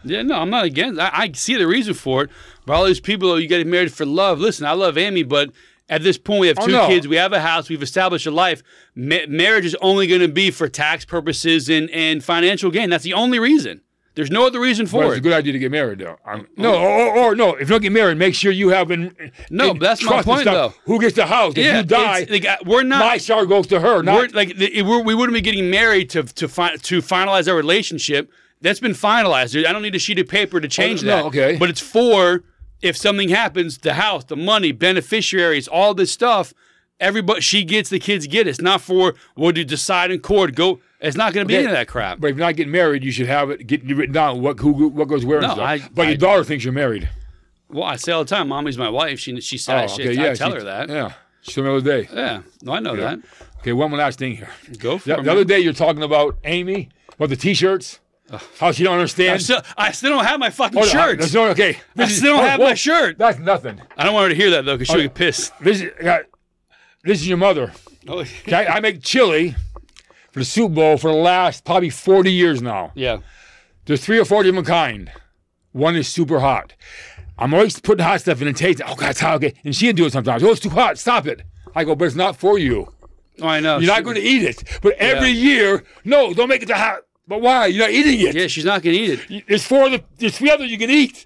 S1: Yeah, no, I'm not against I, I see the reason for it. But all these people, oh, you get married for love. Listen, I love Amy, but at this point, we have two
S2: Oh, no.
S1: kids, we have a house, we've established a life. Ma- marriage is only going to be for tax purposes and, and financial gain. That's the only reason. There's no other reason
S2: But
S1: for
S2: it's a
S1: it.
S2: good idea to get married, though. I'm- no, or, or, or no, if you don't get married, make sure you have in,
S1: No,
S2: in
S1: but that's my
S2: trust and
S1: point,
S2: stuff. Who gets the house? If
S1: yeah,
S2: you die,
S1: it's- like, I- we're not.
S2: my share goes to her.
S1: we're,
S2: Not,
S1: like the, it- we're, we wouldn't be getting married to to fi- to finalize our relationship. That's been finalized. I don't need a sheet of paper to change
S2: Oh, no,
S1: that.
S2: okay.
S1: But it's for if something happens, the house, the money, beneficiaries, all this stuff. Everybody, she gets, the kids get. It's not for what you decide in court. Go. It's not going to be
S2: Okay.
S1: any of that crap.
S2: but if you're not getting married, you should have it get written down what who what goes where.
S1: No,
S2: and stuff.
S1: I-
S2: but
S1: I-
S2: your daughter thinks you're married.
S1: Well, I say all the time, "Mommy's my wife." She she said that shit. I tell
S2: she-
S1: her that. Yeah.
S2: Oh, Yeah. She told me the other day.
S1: No, I know
S2: Okay, one more last thing here.
S1: that. Go for
S2: The,
S1: it.
S2: the
S1: man.
S2: other day you're talking about Amy, about the t-shirts, how she don't
S1: I
S2: understand.
S1: still, I still don't have my fucking
S2: Hold on,
S1: shirt.
S2: that's not- okay.
S1: I
S2: This is-
S1: still don't
S2: whoa,
S1: have
S2: whoa,
S1: my shirt.
S2: That's nothing.
S1: I don't want her to hear that though, because she'll
S2: Okay.
S1: get pissed.
S2: This is, yeah, this is your mother. Okay, I make chili for the Super Bowl for the last probably 40 years now.
S1: yeah.
S2: There's three or four different kind. One is super hot. I'm always putting hot stuff in and taste. it. Oh God, it's hot. Okay, and she'd do it sometimes. Oh, it's too hot. Stop it. I go, but it's not for you.
S1: Oh, I know.
S2: You're not going to eat it. But every year, no, don't make it too hot. But why? You're not eating it.
S1: Yeah, she's not gonna eat it.
S2: It's for the. There's three others you can eat.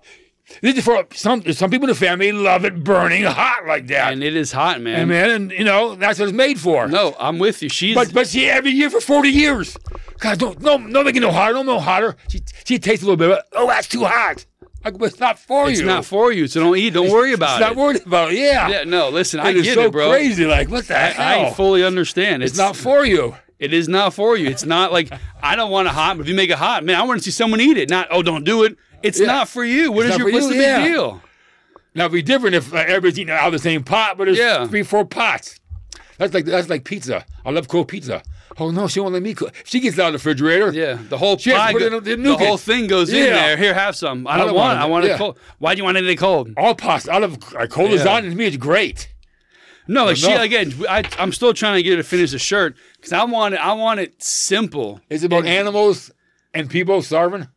S2: This is for some. Some people in the family love it burning hot like that.
S1: And it is hot, man.
S2: And man, and you know that's what it's made for.
S1: No, I'm with you. She's
S2: But but she every year for forty years. God, don't no no make it no hotter, no no hotter. She she tastes a little bit. But, oh, that's too hot. Like, but it's not for
S1: it's
S2: you.
S1: not for you, so don't eat. Don't worry about
S2: It's not
S1: it.
S2: worried about. It. Yeah,
S1: yeah, no, listen, I
S2: It is
S1: get
S2: so
S1: it, bro.
S2: crazy. Like what the hell?
S1: I fully understand. It's,
S2: it's not for you.
S1: It is not for you. It's not like I don't want it hot, but if you make it hot, man, I want to see someone eat it. Not oh, don't do it. It's not for you. What is
S2: not
S1: your
S2: for
S1: what's
S2: you,
S1: the big
S2: yeah.
S1: deal?
S2: Now it'd be different if like, everybody's eating out of the same pot, but there's
S1: Yeah.
S2: three four pots. That's like that's like pizza. I love cold pizza. Oh no, she won't let me cook. If she gets it out of the refrigerator,
S1: Yeah, the whole
S2: She has to
S1: pie,
S2: put it
S1: go-
S2: in the
S1: the
S2: nougat.
S1: whole thing goes in
S2: Yeah.
S1: there. Here, have some. I don't,
S2: don't
S1: want.
S2: want
S1: it. I
S2: it.
S1: want it
S2: Yeah.
S1: cold. Why do you want it cold?
S2: all pasta. I love like, cold lasagna. To me, it's great.
S1: No, like she
S2: Enough.
S1: again. I, I'm still trying to get her to finish the shirt because I want it. I want it simple.
S2: It's about animals and people starving.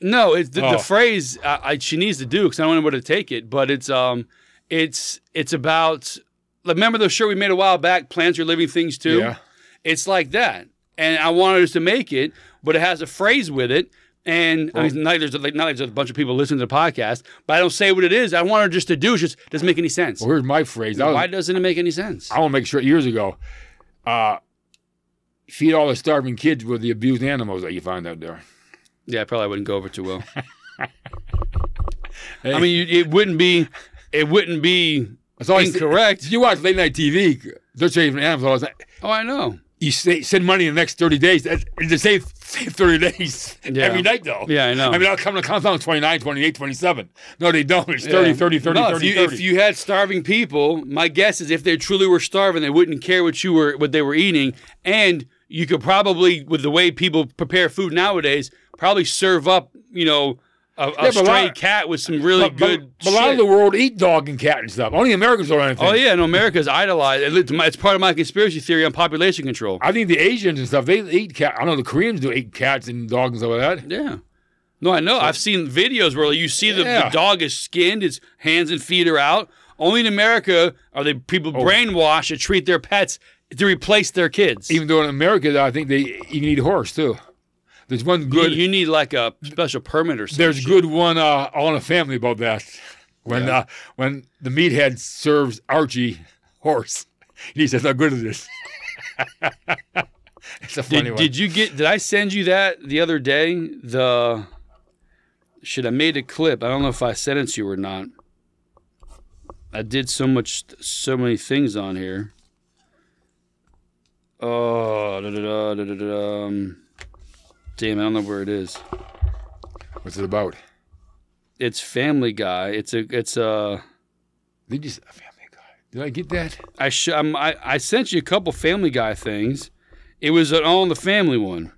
S1: No, it's the,
S2: Oh.
S1: the phrase I, I, she needs to do because I don't know where to take it. But it's um, it's it's about. like, Remember the shirt we made a while back? Plants are living things too.
S2: Yeah.
S1: It's like that, and I wanted us to make it, but it has a phrase with it. And I mean, not like there's like, not like there's a bunch of people listening to the podcast, but I don't say what it is. I want her just to do. It just doesn't make any sense.
S2: Well, here's my phrase. I, was-
S1: Why doesn't it make any sense?
S2: I want to make sure years ago, uh, feed all the starving kids with the abused animals that you find out there.
S1: Yeah, I probably wouldn't go over too well. I mean, you, it wouldn't be, it wouldn't be
S2: That's all I see-
S1: incorrect.
S2: If you watch late night TV, they're saving animals all the time.
S1: Oh, I know.
S2: You say, send money in the next 30 days. That's- It's the same, same 30 days
S1: Yeah.
S2: every night, though.
S1: Yeah, I know.
S2: I mean, I'll come to compound 29, 28, 27. No, they don't. It's 30,
S1: Yeah.
S2: 30, 30,
S1: No,
S2: 30,
S1: if you, If you had starving people, my guess is if they truly were starving, they wouldn't care what you were, what they were eating, and you could probably, with the way people prepare food nowadays, probably serve up, you know, a, a
S2: but a
S1: stray
S2: lot-
S1: cat with some really
S2: but,
S1: good.
S2: but a lot of
S1: shit.
S2: the world eat dog and cat and stuff. Only Americans don't anything.
S1: Oh yeah, no, America's idolized. It- It's part of my conspiracy theory on population control.
S2: I think the Asians and stuff, they eat cat. I know the Koreans do eat cats and dogs and stuff like that.
S1: Yeah. No, I know. I've seen videos where you see the, the
S2: Yeah.
S1: dog is skinned, its hands and feet are out. Only in America are they people
S2: Oh.
S1: brainwashed to treat their pets to replace their kids.
S2: Even though in America, I think they even eat horse too. There's one
S1: you,
S2: good.
S1: you need like a special permit or something.
S2: there's good one uh, all in the family about that. When uh, when the meathead serves Archie horse, he says, "How good is this?" it's a funny
S1: Did,
S2: one.
S1: did you get? Did I send you that the other day? The should I made a clip? I don't know if I sent it to you or not. I did so much, so many things on here. Oh, da, da, da, da, da, da, um, damn! I don't know where it is.
S2: What's it about?
S1: It's Family Guy. It's a. It's a.
S2: Did you? s- Family Guy. Did I get that?
S1: I sh- I'm, I I sent you a couple Family Guy things. It was an All in the Family one.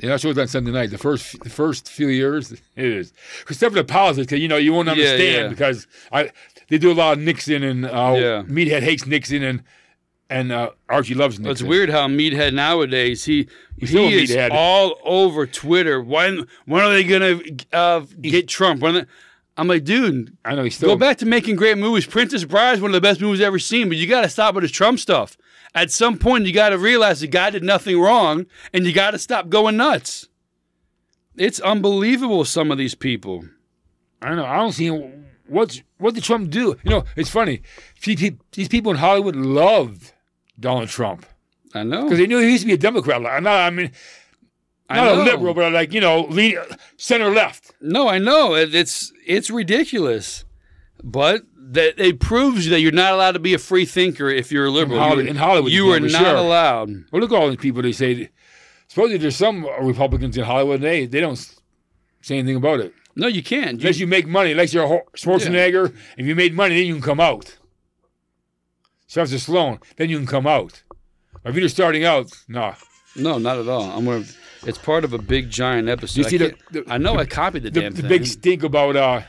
S2: Yeah, I showed that Sunday night. The first the first few years, it is. Except for the politics, 'cause, you know, you won't
S1: Yeah,
S2: understand
S1: yeah.
S2: because I they do a lot of Nixon and uh,
S1: Yeah.
S2: Meathead hates Nixon and and uh, Archie loves Nixon.
S1: It's weird how Meathead nowadays he
S2: still
S1: he is
S2: Meathead.
S1: all over Twitter. When when are they gonna uh, get Trump? When are they- I'm like, dude,
S2: I know he's still.
S1: go back to making great movies. Princess Bride is one of the best movies ever seen, but you got to stop with this Trump stuff. At some point, you got to realize the guy did nothing wrong, and you got to stop going nuts. It's unbelievable some of these people.
S2: I don't know. I don't see him- what's what did Trump do. You know, it's funny. See, pe- These people in Hollywood loved Donald Trump
S1: I know.
S2: because they knew he used to be a Democrat. Like, not, I mean,
S1: I
S2: not a
S1: know.
S2: liberal, but like you know, lead, center left.
S1: No, I know It- it's it's ridiculous, but that it proves that you're not allowed to be a free thinker if you're a liberal.
S2: Hollywood-
S1: you,
S2: in Hollywood,
S1: you
S2: yeah,
S1: are
S2: for
S1: not
S2: sure.
S1: allowed.
S2: Well, look at all these people. They say supposedly there's some Republicans in Hollywood. and They they don't say anything about it.
S1: No, you can't. You,
S2: Unless you make money, unless you're a Ho- Schwarzenegger, if you made money, then you can come out. So after Sloan, then you can come out. If you're just starting out, nah.
S1: no, not at all. I'm gonna. It's part of a big giant episode.
S2: You see
S1: I,
S2: the-
S1: can't-
S2: the-
S1: I know I copied the,
S2: The,
S1: damn
S2: the
S1: thing.
S2: big stink about uh,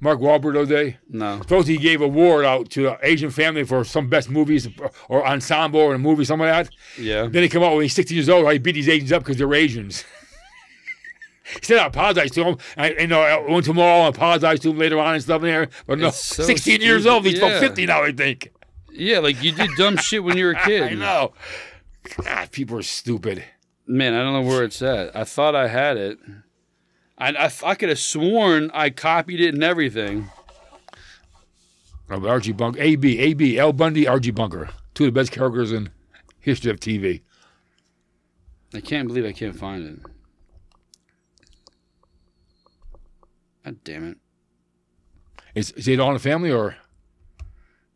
S2: Mark Wahlberg the other day.
S1: no.
S2: Supposed he gave award out to the Asian family for some best movies or ensemble or a movie, something like that.
S1: Yeah.
S2: Then he come out when he's 60 years old, how he beat these Asians up because they're Asians. he said, I apologize to him. I, you know, I went tomorrow and apologized to him later on and stuff in there. But no,
S1: It's so
S2: 16 years
S1: stupid.
S2: old, he's about
S1: Yeah.
S2: 50 now, I think.
S1: Yeah, like you did dumb shit when you were a kid.
S2: I know. God, people are stupid.
S1: Man, I don't know where it's at. I thought I had it. I, I, I could have sworn I copied it and everything.
S2: Oh, but RG Bunker, AB, AB, L Bundy, RG Bunker. Two of the best characters in history of TV.
S1: I can't believe I can't find it. God damn it.
S2: Is, is it all in the family or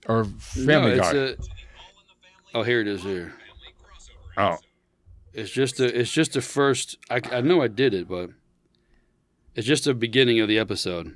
S2: or Family
S1: no,
S2: Guy?
S1: It's a, oh, here it is. Here,
S2: oh,
S1: it's just a. It's just the first. I, I know I did it, but it's just the beginning of the episode.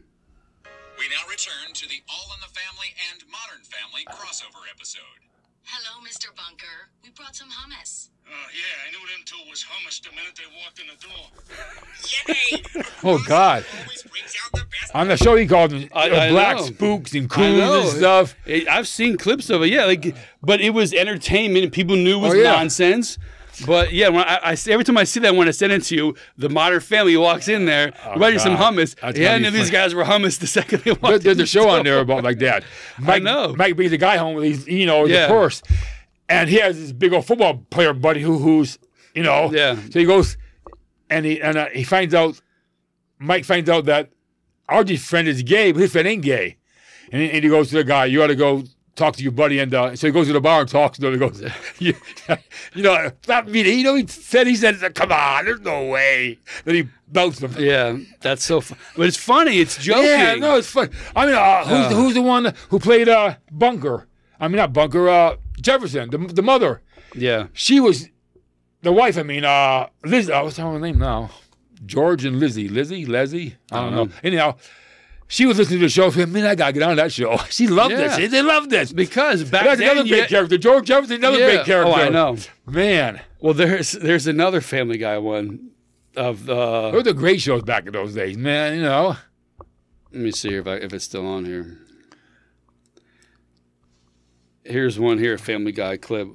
S3: We now return to the All in the Family and Modern Family crossover episode.
S4: Hello, Mr. Bunker. We brought some hummus.
S3: Oh, yeah, I knew them two was hummus the minute they walked in the door.
S2: oh God.
S3: Always brings out the best.
S2: On the show, he called them
S1: I-
S2: uh,
S1: I
S2: black
S1: know.
S2: spooks and
S1: I
S2: coons
S1: know.
S2: and stuff.
S1: It- I've seen clips of it, yeah. Like, but it was entertainment, and people knew it was
S2: Oh, yeah.
S1: nonsense. But yeah, when I, I see- every time I see that, when I send it to you, the Modern Family walks in there, oh, you some
S2: God.
S1: hummus.
S2: That's
S1: yeah, I
S2: gotta
S1: knew
S2: be
S1: these
S2: funny.
S1: guys were hummus the second they
S2: There-
S1: walked.
S2: There's
S1: in
S2: a show on
S1: door.
S2: there about like that. Mike,
S1: know.
S2: Mike brings the guy home with his, you know,
S1: Yeah.
S2: the purse, and he has this big old football player buddy who, who's, you know,
S1: Yeah.
S2: So he goes, and he and uh, he finds out, Mike finds out that RG's friend is gay, but his friend ain't gay, and he, and he goes to the guy, you ought to go. Talk to your buddy, and uh, so he goes to the bar and talks to him. He goes, "You, you know, not me." You know, he said, "He said, come on, there's no way." Then he belts him.
S1: Yeah, that's so. Fun. But it's funny. It's joking.
S2: Yeah, no, it's fun. I mean, uh, who's, who's the one who played uh, Bunker? I mean, not Bunker, uh, Jefferson, the, the mother.
S1: yeah.
S2: She was the wife, I mean, uh, Liz, uh, what's her name now? George and Lizzie. Lizzie? Leslie? I don't,
S1: don't
S2: know. Anyhow, she was listening to the show. I mean, I got to get on that show. She loved
S1: Yeah.
S2: this. She, they loved this.
S1: Because back
S2: That's
S1: then,
S2: another
S1: you-
S2: big character. George Jefferson, another
S1: yeah.
S2: big character.
S1: Oh, I know.
S2: Man,
S1: Well, there's there's another Family Guy one. Of uh,
S2: those were great shows back in those days, man, you know.
S1: Let me see if I, if it's still on here. Here's one here, Family Guy clip.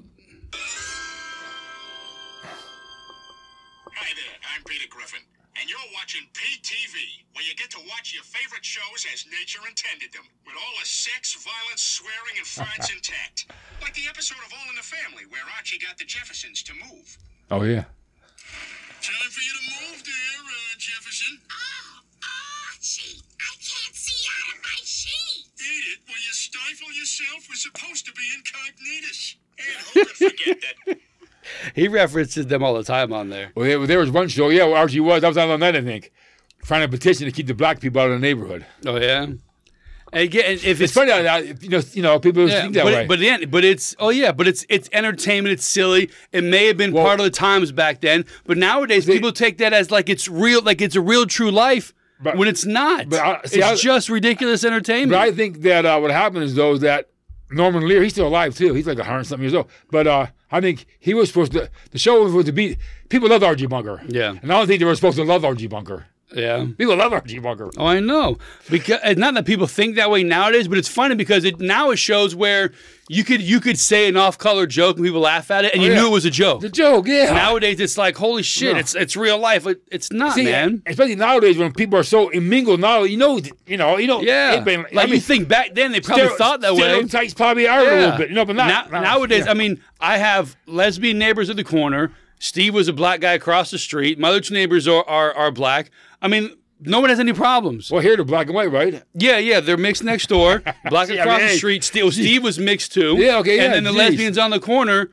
S3: Hi there, I'm Peter Griffin, and you're watching PTV, where you get to watch your favorite shows as nature intended them, with all the sex, violence, swearing, and farts intact. Like the episode of All in the Family, where Archie got the Jeffersons to move.
S2: Oh, yeah.
S3: Time for you to move there, uh, Jefferson.
S4: Oh, Archie! I can't see out of my sheet!
S3: Eat it while you stifle yourself. We're supposed to be incognitus. And who could forget that
S1: He references them all the time on there.
S2: Well, there, there was one show, yeah, where RG was. I was out on that, I think, trying to petition to keep the black people out of the neighborhood.
S1: Oh yeah. And again, if it's,
S2: It's funny, how that, you know, you know, people
S1: yeah,
S2: think that
S1: but,
S2: way.
S1: but then, but it's oh yeah, but it's it's entertainment. It's silly. It may have been
S2: Well-
S1: part of the times back then, but nowadays people take that as like it's real, like it's a real true life.
S2: But-
S1: when it's not,
S2: but I- see,
S1: it's
S2: I-
S1: just ridiculous entertainment.
S2: But I think that uh, what happened is though is that Norman Lear, he's still alive too. He's like a hundred something years old. But uh, I think he was supposed to. The show was supposed to be. People loved RG Bunker.
S1: Yeah.
S2: And I don't think they were supposed to love RG Bunker.
S1: Yeah.
S2: People love RG Bunker.
S1: Oh, I know. Because it's not that people think that way nowadays, but it's funny because it now it shows where you could you could say an off-color joke and people laugh at it, and you
S2: Oh, yeah.
S1: knew it was a joke.
S2: The joke, yeah.
S1: nowadays, it's like holy shit,
S2: No.
S1: it's it's real life. It- it's not,
S2: See,
S1: man.
S2: especially nowadays when people are so mingled now, you know, you know, you know,
S1: Yeah,
S2: it's been-
S1: like you think back then, they probably
S2: stero-
S1: thought that way.
S2: Stereotypes probably are a little bit, you know, but not
S1: Now- nowadays.
S2: yeah.
S1: I mean, I have lesbian neighbors at the corner. Steve was a black guy across the street. My other two neighbors are are, are black. I mean, no one has any problems.
S2: Well, here they're black and white, right?
S1: Yeah, yeah, they're mixed next door, black
S2: See, I
S1: across
S2: mean,
S1: the
S2: hey.
S1: street. Steve, Steve was mixed too.
S2: Yeah, okay,
S1: And
S2: yeah,
S1: then the
S2: geez.
S1: lesbians on the corner,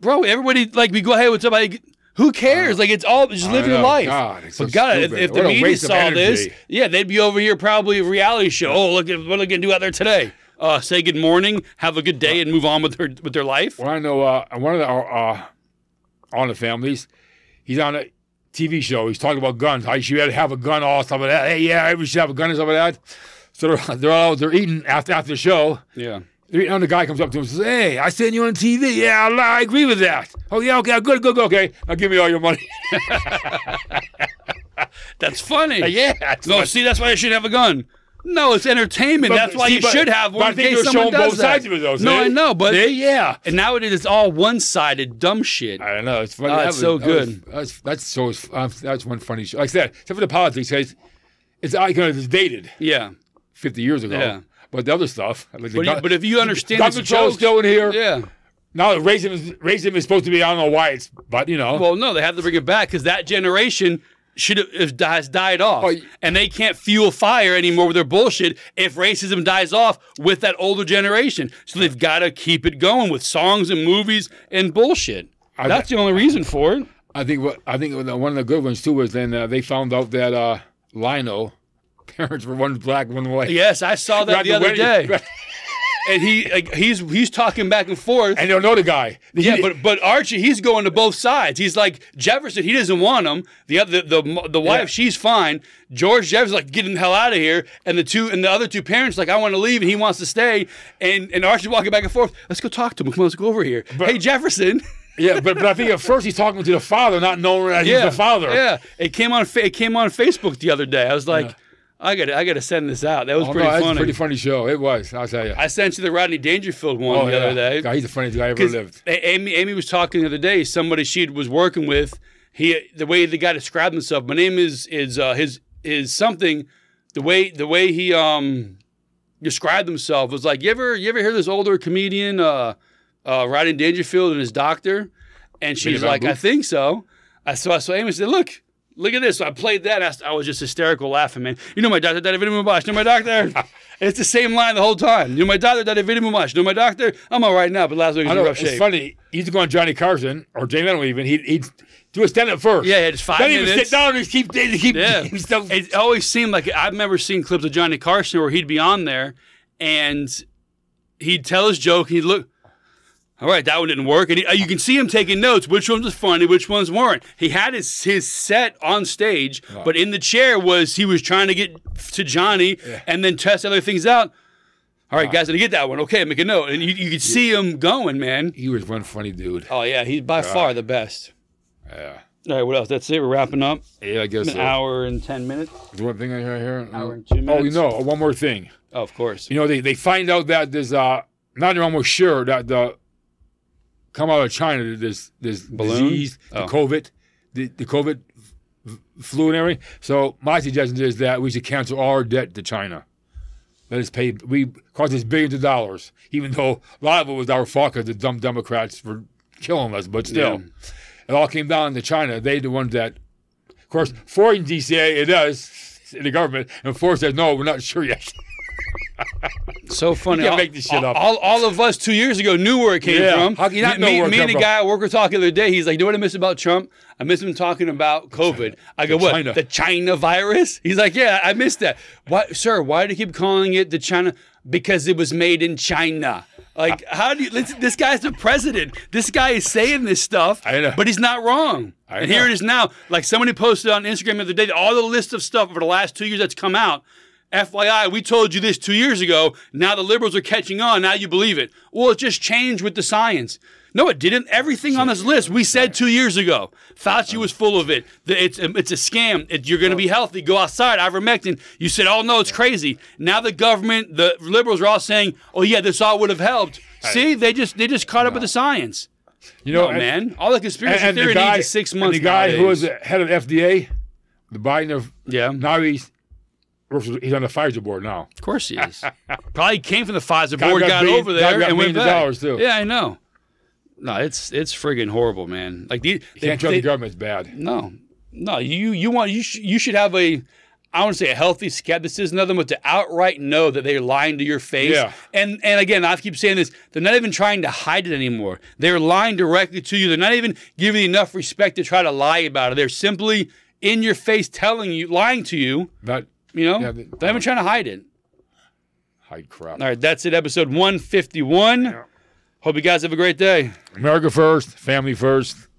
S1: bro. Everybody like we go, hey, what's up? I, who cares? like it's all just live
S2: Uh, I
S1: your
S2: know,
S1: life.
S2: God, it's so
S1: but God, if,
S2: stupid.
S1: if the
S2: What a
S1: media
S2: waste of
S1: saw this,
S2: energy.
S1: yeah, they'd be over here probably a reality show. Oh, look at what are they gonna do out there today? Uh, say good morning, have a good day, and move on with their with their life.
S2: Well, I know uh, one of the uh, uh, on the families. He's on a TV show. He's talking about guns. How you should have a gun, all stuff like that. Hey, yeah, everybody should have a gun and stuff like that. So they're, they're all they're eating after after the show.
S1: Yeah.
S2: The other guy comes up to him and says, Hey, I seen you on TV. Yeah, I, I agree with that. Oh, yeah, okay, good, good, good, okay. Now give me all your money.
S1: That's funny.
S2: Uh, yeah. that's
S1: No,
S2: what-
S1: see, that's why I should have a gun. No, it's entertainment.
S2: But-
S1: that's why
S2: see,
S1: you
S2: but-
S1: should have one.
S2: but I
S1: in
S2: think
S1: case
S2: you're
S1: someone
S2: showing
S1: does
S2: both
S1: that.
S2: sides of it, though,
S1: No,
S2: see?
S1: I know, but
S2: See, yeah.
S1: And nowadays it's all one-sided dumb shit.
S2: I don't know. It's funny.
S1: Oh,
S2: That
S1: it's so
S2: that was-
S1: good.
S2: that's, that's so. Uh, that's one funny show. Like I said, except for the politics, it's it's I kind of it's dated
S1: Yeah.
S2: fifty years ago.
S1: Yeah.
S2: But the other stuff, like
S1: But,
S2: the
S1: you-
S2: gun-
S1: but if you understand
S2: gun
S1: it's
S2: control is
S1: jokes-
S2: still in here.
S1: Yeah.
S2: Now racism is racism is supposed to be. I don't know why it's, but you know.
S1: Well, no, they have to bring it back because that generation should have is- has died off,
S2: Oh, y-
S1: and they can't fuel fire anymore with their bullshit if racism dies off with that older generation. So they've got to keep it going with songs and movies and bullshit.
S2: I-
S1: That's the only reason for it.
S2: I think what I think one of the good ones too was then uh, they found out that uh, Lino parents were one black, one white.
S1: Yes, I saw that
S2: Right,
S1: the other
S2: wedding-
S1: day, and he like, he's he's talking back and forth.
S2: and they'll know the guy.
S1: yeah, but but Archie, he's going to both sides. He's like Jefferson, he doesn't want him. The other, the the, the wife,
S2: Yeah.
S1: she's fine. George Jefferson's like, get him the hell out of here. And the two and the other two parents like, I want to leave, and he wants to stay. And and Archie's walking back and forth. Let's go talk to him. Come on, let's go over here. hey Jefferson.
S2: yeah, but, but I think at first he's talking to the father, not knowing that he's the father.
S1: Yeah, it came on. Fa- it came on Facebook the other day. I was like,
S2: Yeah.
S1: I got to I got to send this out. That was
S2: Oh,
S1: pretty
S2: no, that's
S1: funny.
S2: a pretty funny show. It was, I'll tell you. Oh,
S1: I sent you the Rodney Dangerfield one the
S2: yeah.
S1: other day.
S2: God, he's the funniest guy I ever
S1: Because
S2: lived.
S1: A- Amy, Amy was talking the other day. Somebody she was working with. He, the way the guy described himself. My name is is uh, his is something. The way the way he um described himself was like you ever you ever hear this older comedian uh uh Rodney Dangerfield and his doctor, and she's
S2: Van
S1: like I
S2: Boop?
S1: think so. I saw so Amy said look. Look at this. So I played that. I, s- I was just hysterical laughing, man. You know my doctor, Daddy Vinny Mubash. You know my doctor. it's the same line the whole time. You know my doctor, Daddy Vinny Mubash. You know my doctor. I'm all right now, but last week was
S2: I
S1: in
S2: know,
S1: rough
S2: it's
S1: shape.
S2: funny. He's going Johnny Carson or Jay Leno even. He'd, he'd do a stand up first.
S1: Yeah, it's five
S2: Then he would
S1: minutes.
S2: sit down and he'd keep, he'd keep
S1: Yeah,
S2: himself.
S1: it always seemed like I remember seeing clips of Johnny Carson where he'd be on there and he'd tell his joke. He'd look, all right, that one didn't work, and he, uh, you can see him taking notes. Which ones was funny, which ones weren't. He had his his set on stage, but in the chair was he was trying to get to Johnny and then test other things out. All right, guys, did I get that one? Okay, make a note, and you, you could see him going, man.
S2: He was one funny dude.
S1: Oh yeah, he's by far the best.
S2: Yeah.
S1: All right, what else? That's it. We're wrapping up.
S2: Yeah, I guess
S1: An
S2: so.
S1: hour and ten minutes.
S2: There's one thing I hear here.
S1: Hour and two
S2: Oh, you
S1: minutes.
S2: know, one more thing.
S1: Oh, of course.
S2: You know, they, they find out that there's uh now they're almost sure that the come out of China this this
S1: Balloon?
S2: disease, the
S1: Oh.
S2: COVID, the, the COVID f- flu and everything. So my suggestion is that we should cancel all our debt to China. Let us pay. We cost us billions of dollars, even though a lot of it was our fault because the dumb Democrats were killing us. But still, it all came down to China. They the ones that, of course, foreign DCA it does the government, and Ford says no, we're not sure yet.
S1: So funny.
S2: can't
S1: all,
S2: make this shit up.
S1: All, all of us two years ago knew where it came
S2: Yeah.
S1: from.
S2: How can you not
S1: me,
S2: know where
S1: me,
S2: it
S1: me
S2: come
S1: and a
S2: from?
S1: guy at work were talking the other day. He's like, "You know what I miss about Trump? I miss him talking about COVID." I go, "What?
S2: China.
S1: The China virus?" He's like, "Yeah, I missed that." Why, sir? Why do you keep calling it the China? Because it was made in China. Like, how do you? This, this guy's the president. This guy is saying this stuff,
S2: I know.
S1: but he's not wrong.
S2: I
S1: and
S2: know.
S1: here it is now. Like somebody posted on Instagram the other day, all the list of stuff over the last two years that's come out. FYI, we told you this two years ago. Now the liberals are catching on. Now you believe it. Well, it just changed with the science. No, it didn't. Everything on this list we said two years ago. Fauci was full of it. The- It's a, it's a scam. It- you're going to be healthy. Go outside. Ivermectin. You said, oh no, it's crazy. Now the government, the liberals are all saying, oh yeah, this all would have helped. See, they just they just caught up with the science.
S2: You know,
S1: Oh,
S2: and-
S1: man, all the conspiracy
S2: and, and
S1: theory
S2: the guy,
S1: needs is six
S2: and
S1: months.
S2: the guy who was
S1: nowadays.
S2: the head of FDA, the Biden of
S1: yeah,
S2: now he's works with- he's on the Pfizer board now.
S1: of course he is. Probably came from the Pfizer
S2: Guy
S1: board,
S2: got
S1: got,
S2: billion-
S1: over
S2: guy
S1: there,
S2: got
S1: and went
S2: billions of
S1: back.
S2: dollars, too.
S1: Yeah, I know. No, it's it's friggin' horrible, man. Like the, they,
S2: Can't trust
S1: they-
S2: the government's bad.
S1: no, no. You you want you sh- you should have a. I want to say a healthy skepticism of them, but to outright know that they're lying to your face.
S2: Yeah.
S1: And and again, I keep saying this, they're not even trying to hide it anymore. They're lying directly to you. They're not even giving you enough respect to try to lie about it. They're simply in your face telling you, lying to you.
S2: Not
S1: You know,
S2: Yeah,
S1: they,
S2: they-
S1: are even trying to hide it.
S2: hide crap.
S1: All right, that's it. Episode 151. Hope you guys have a great day.
S2: America first, family first.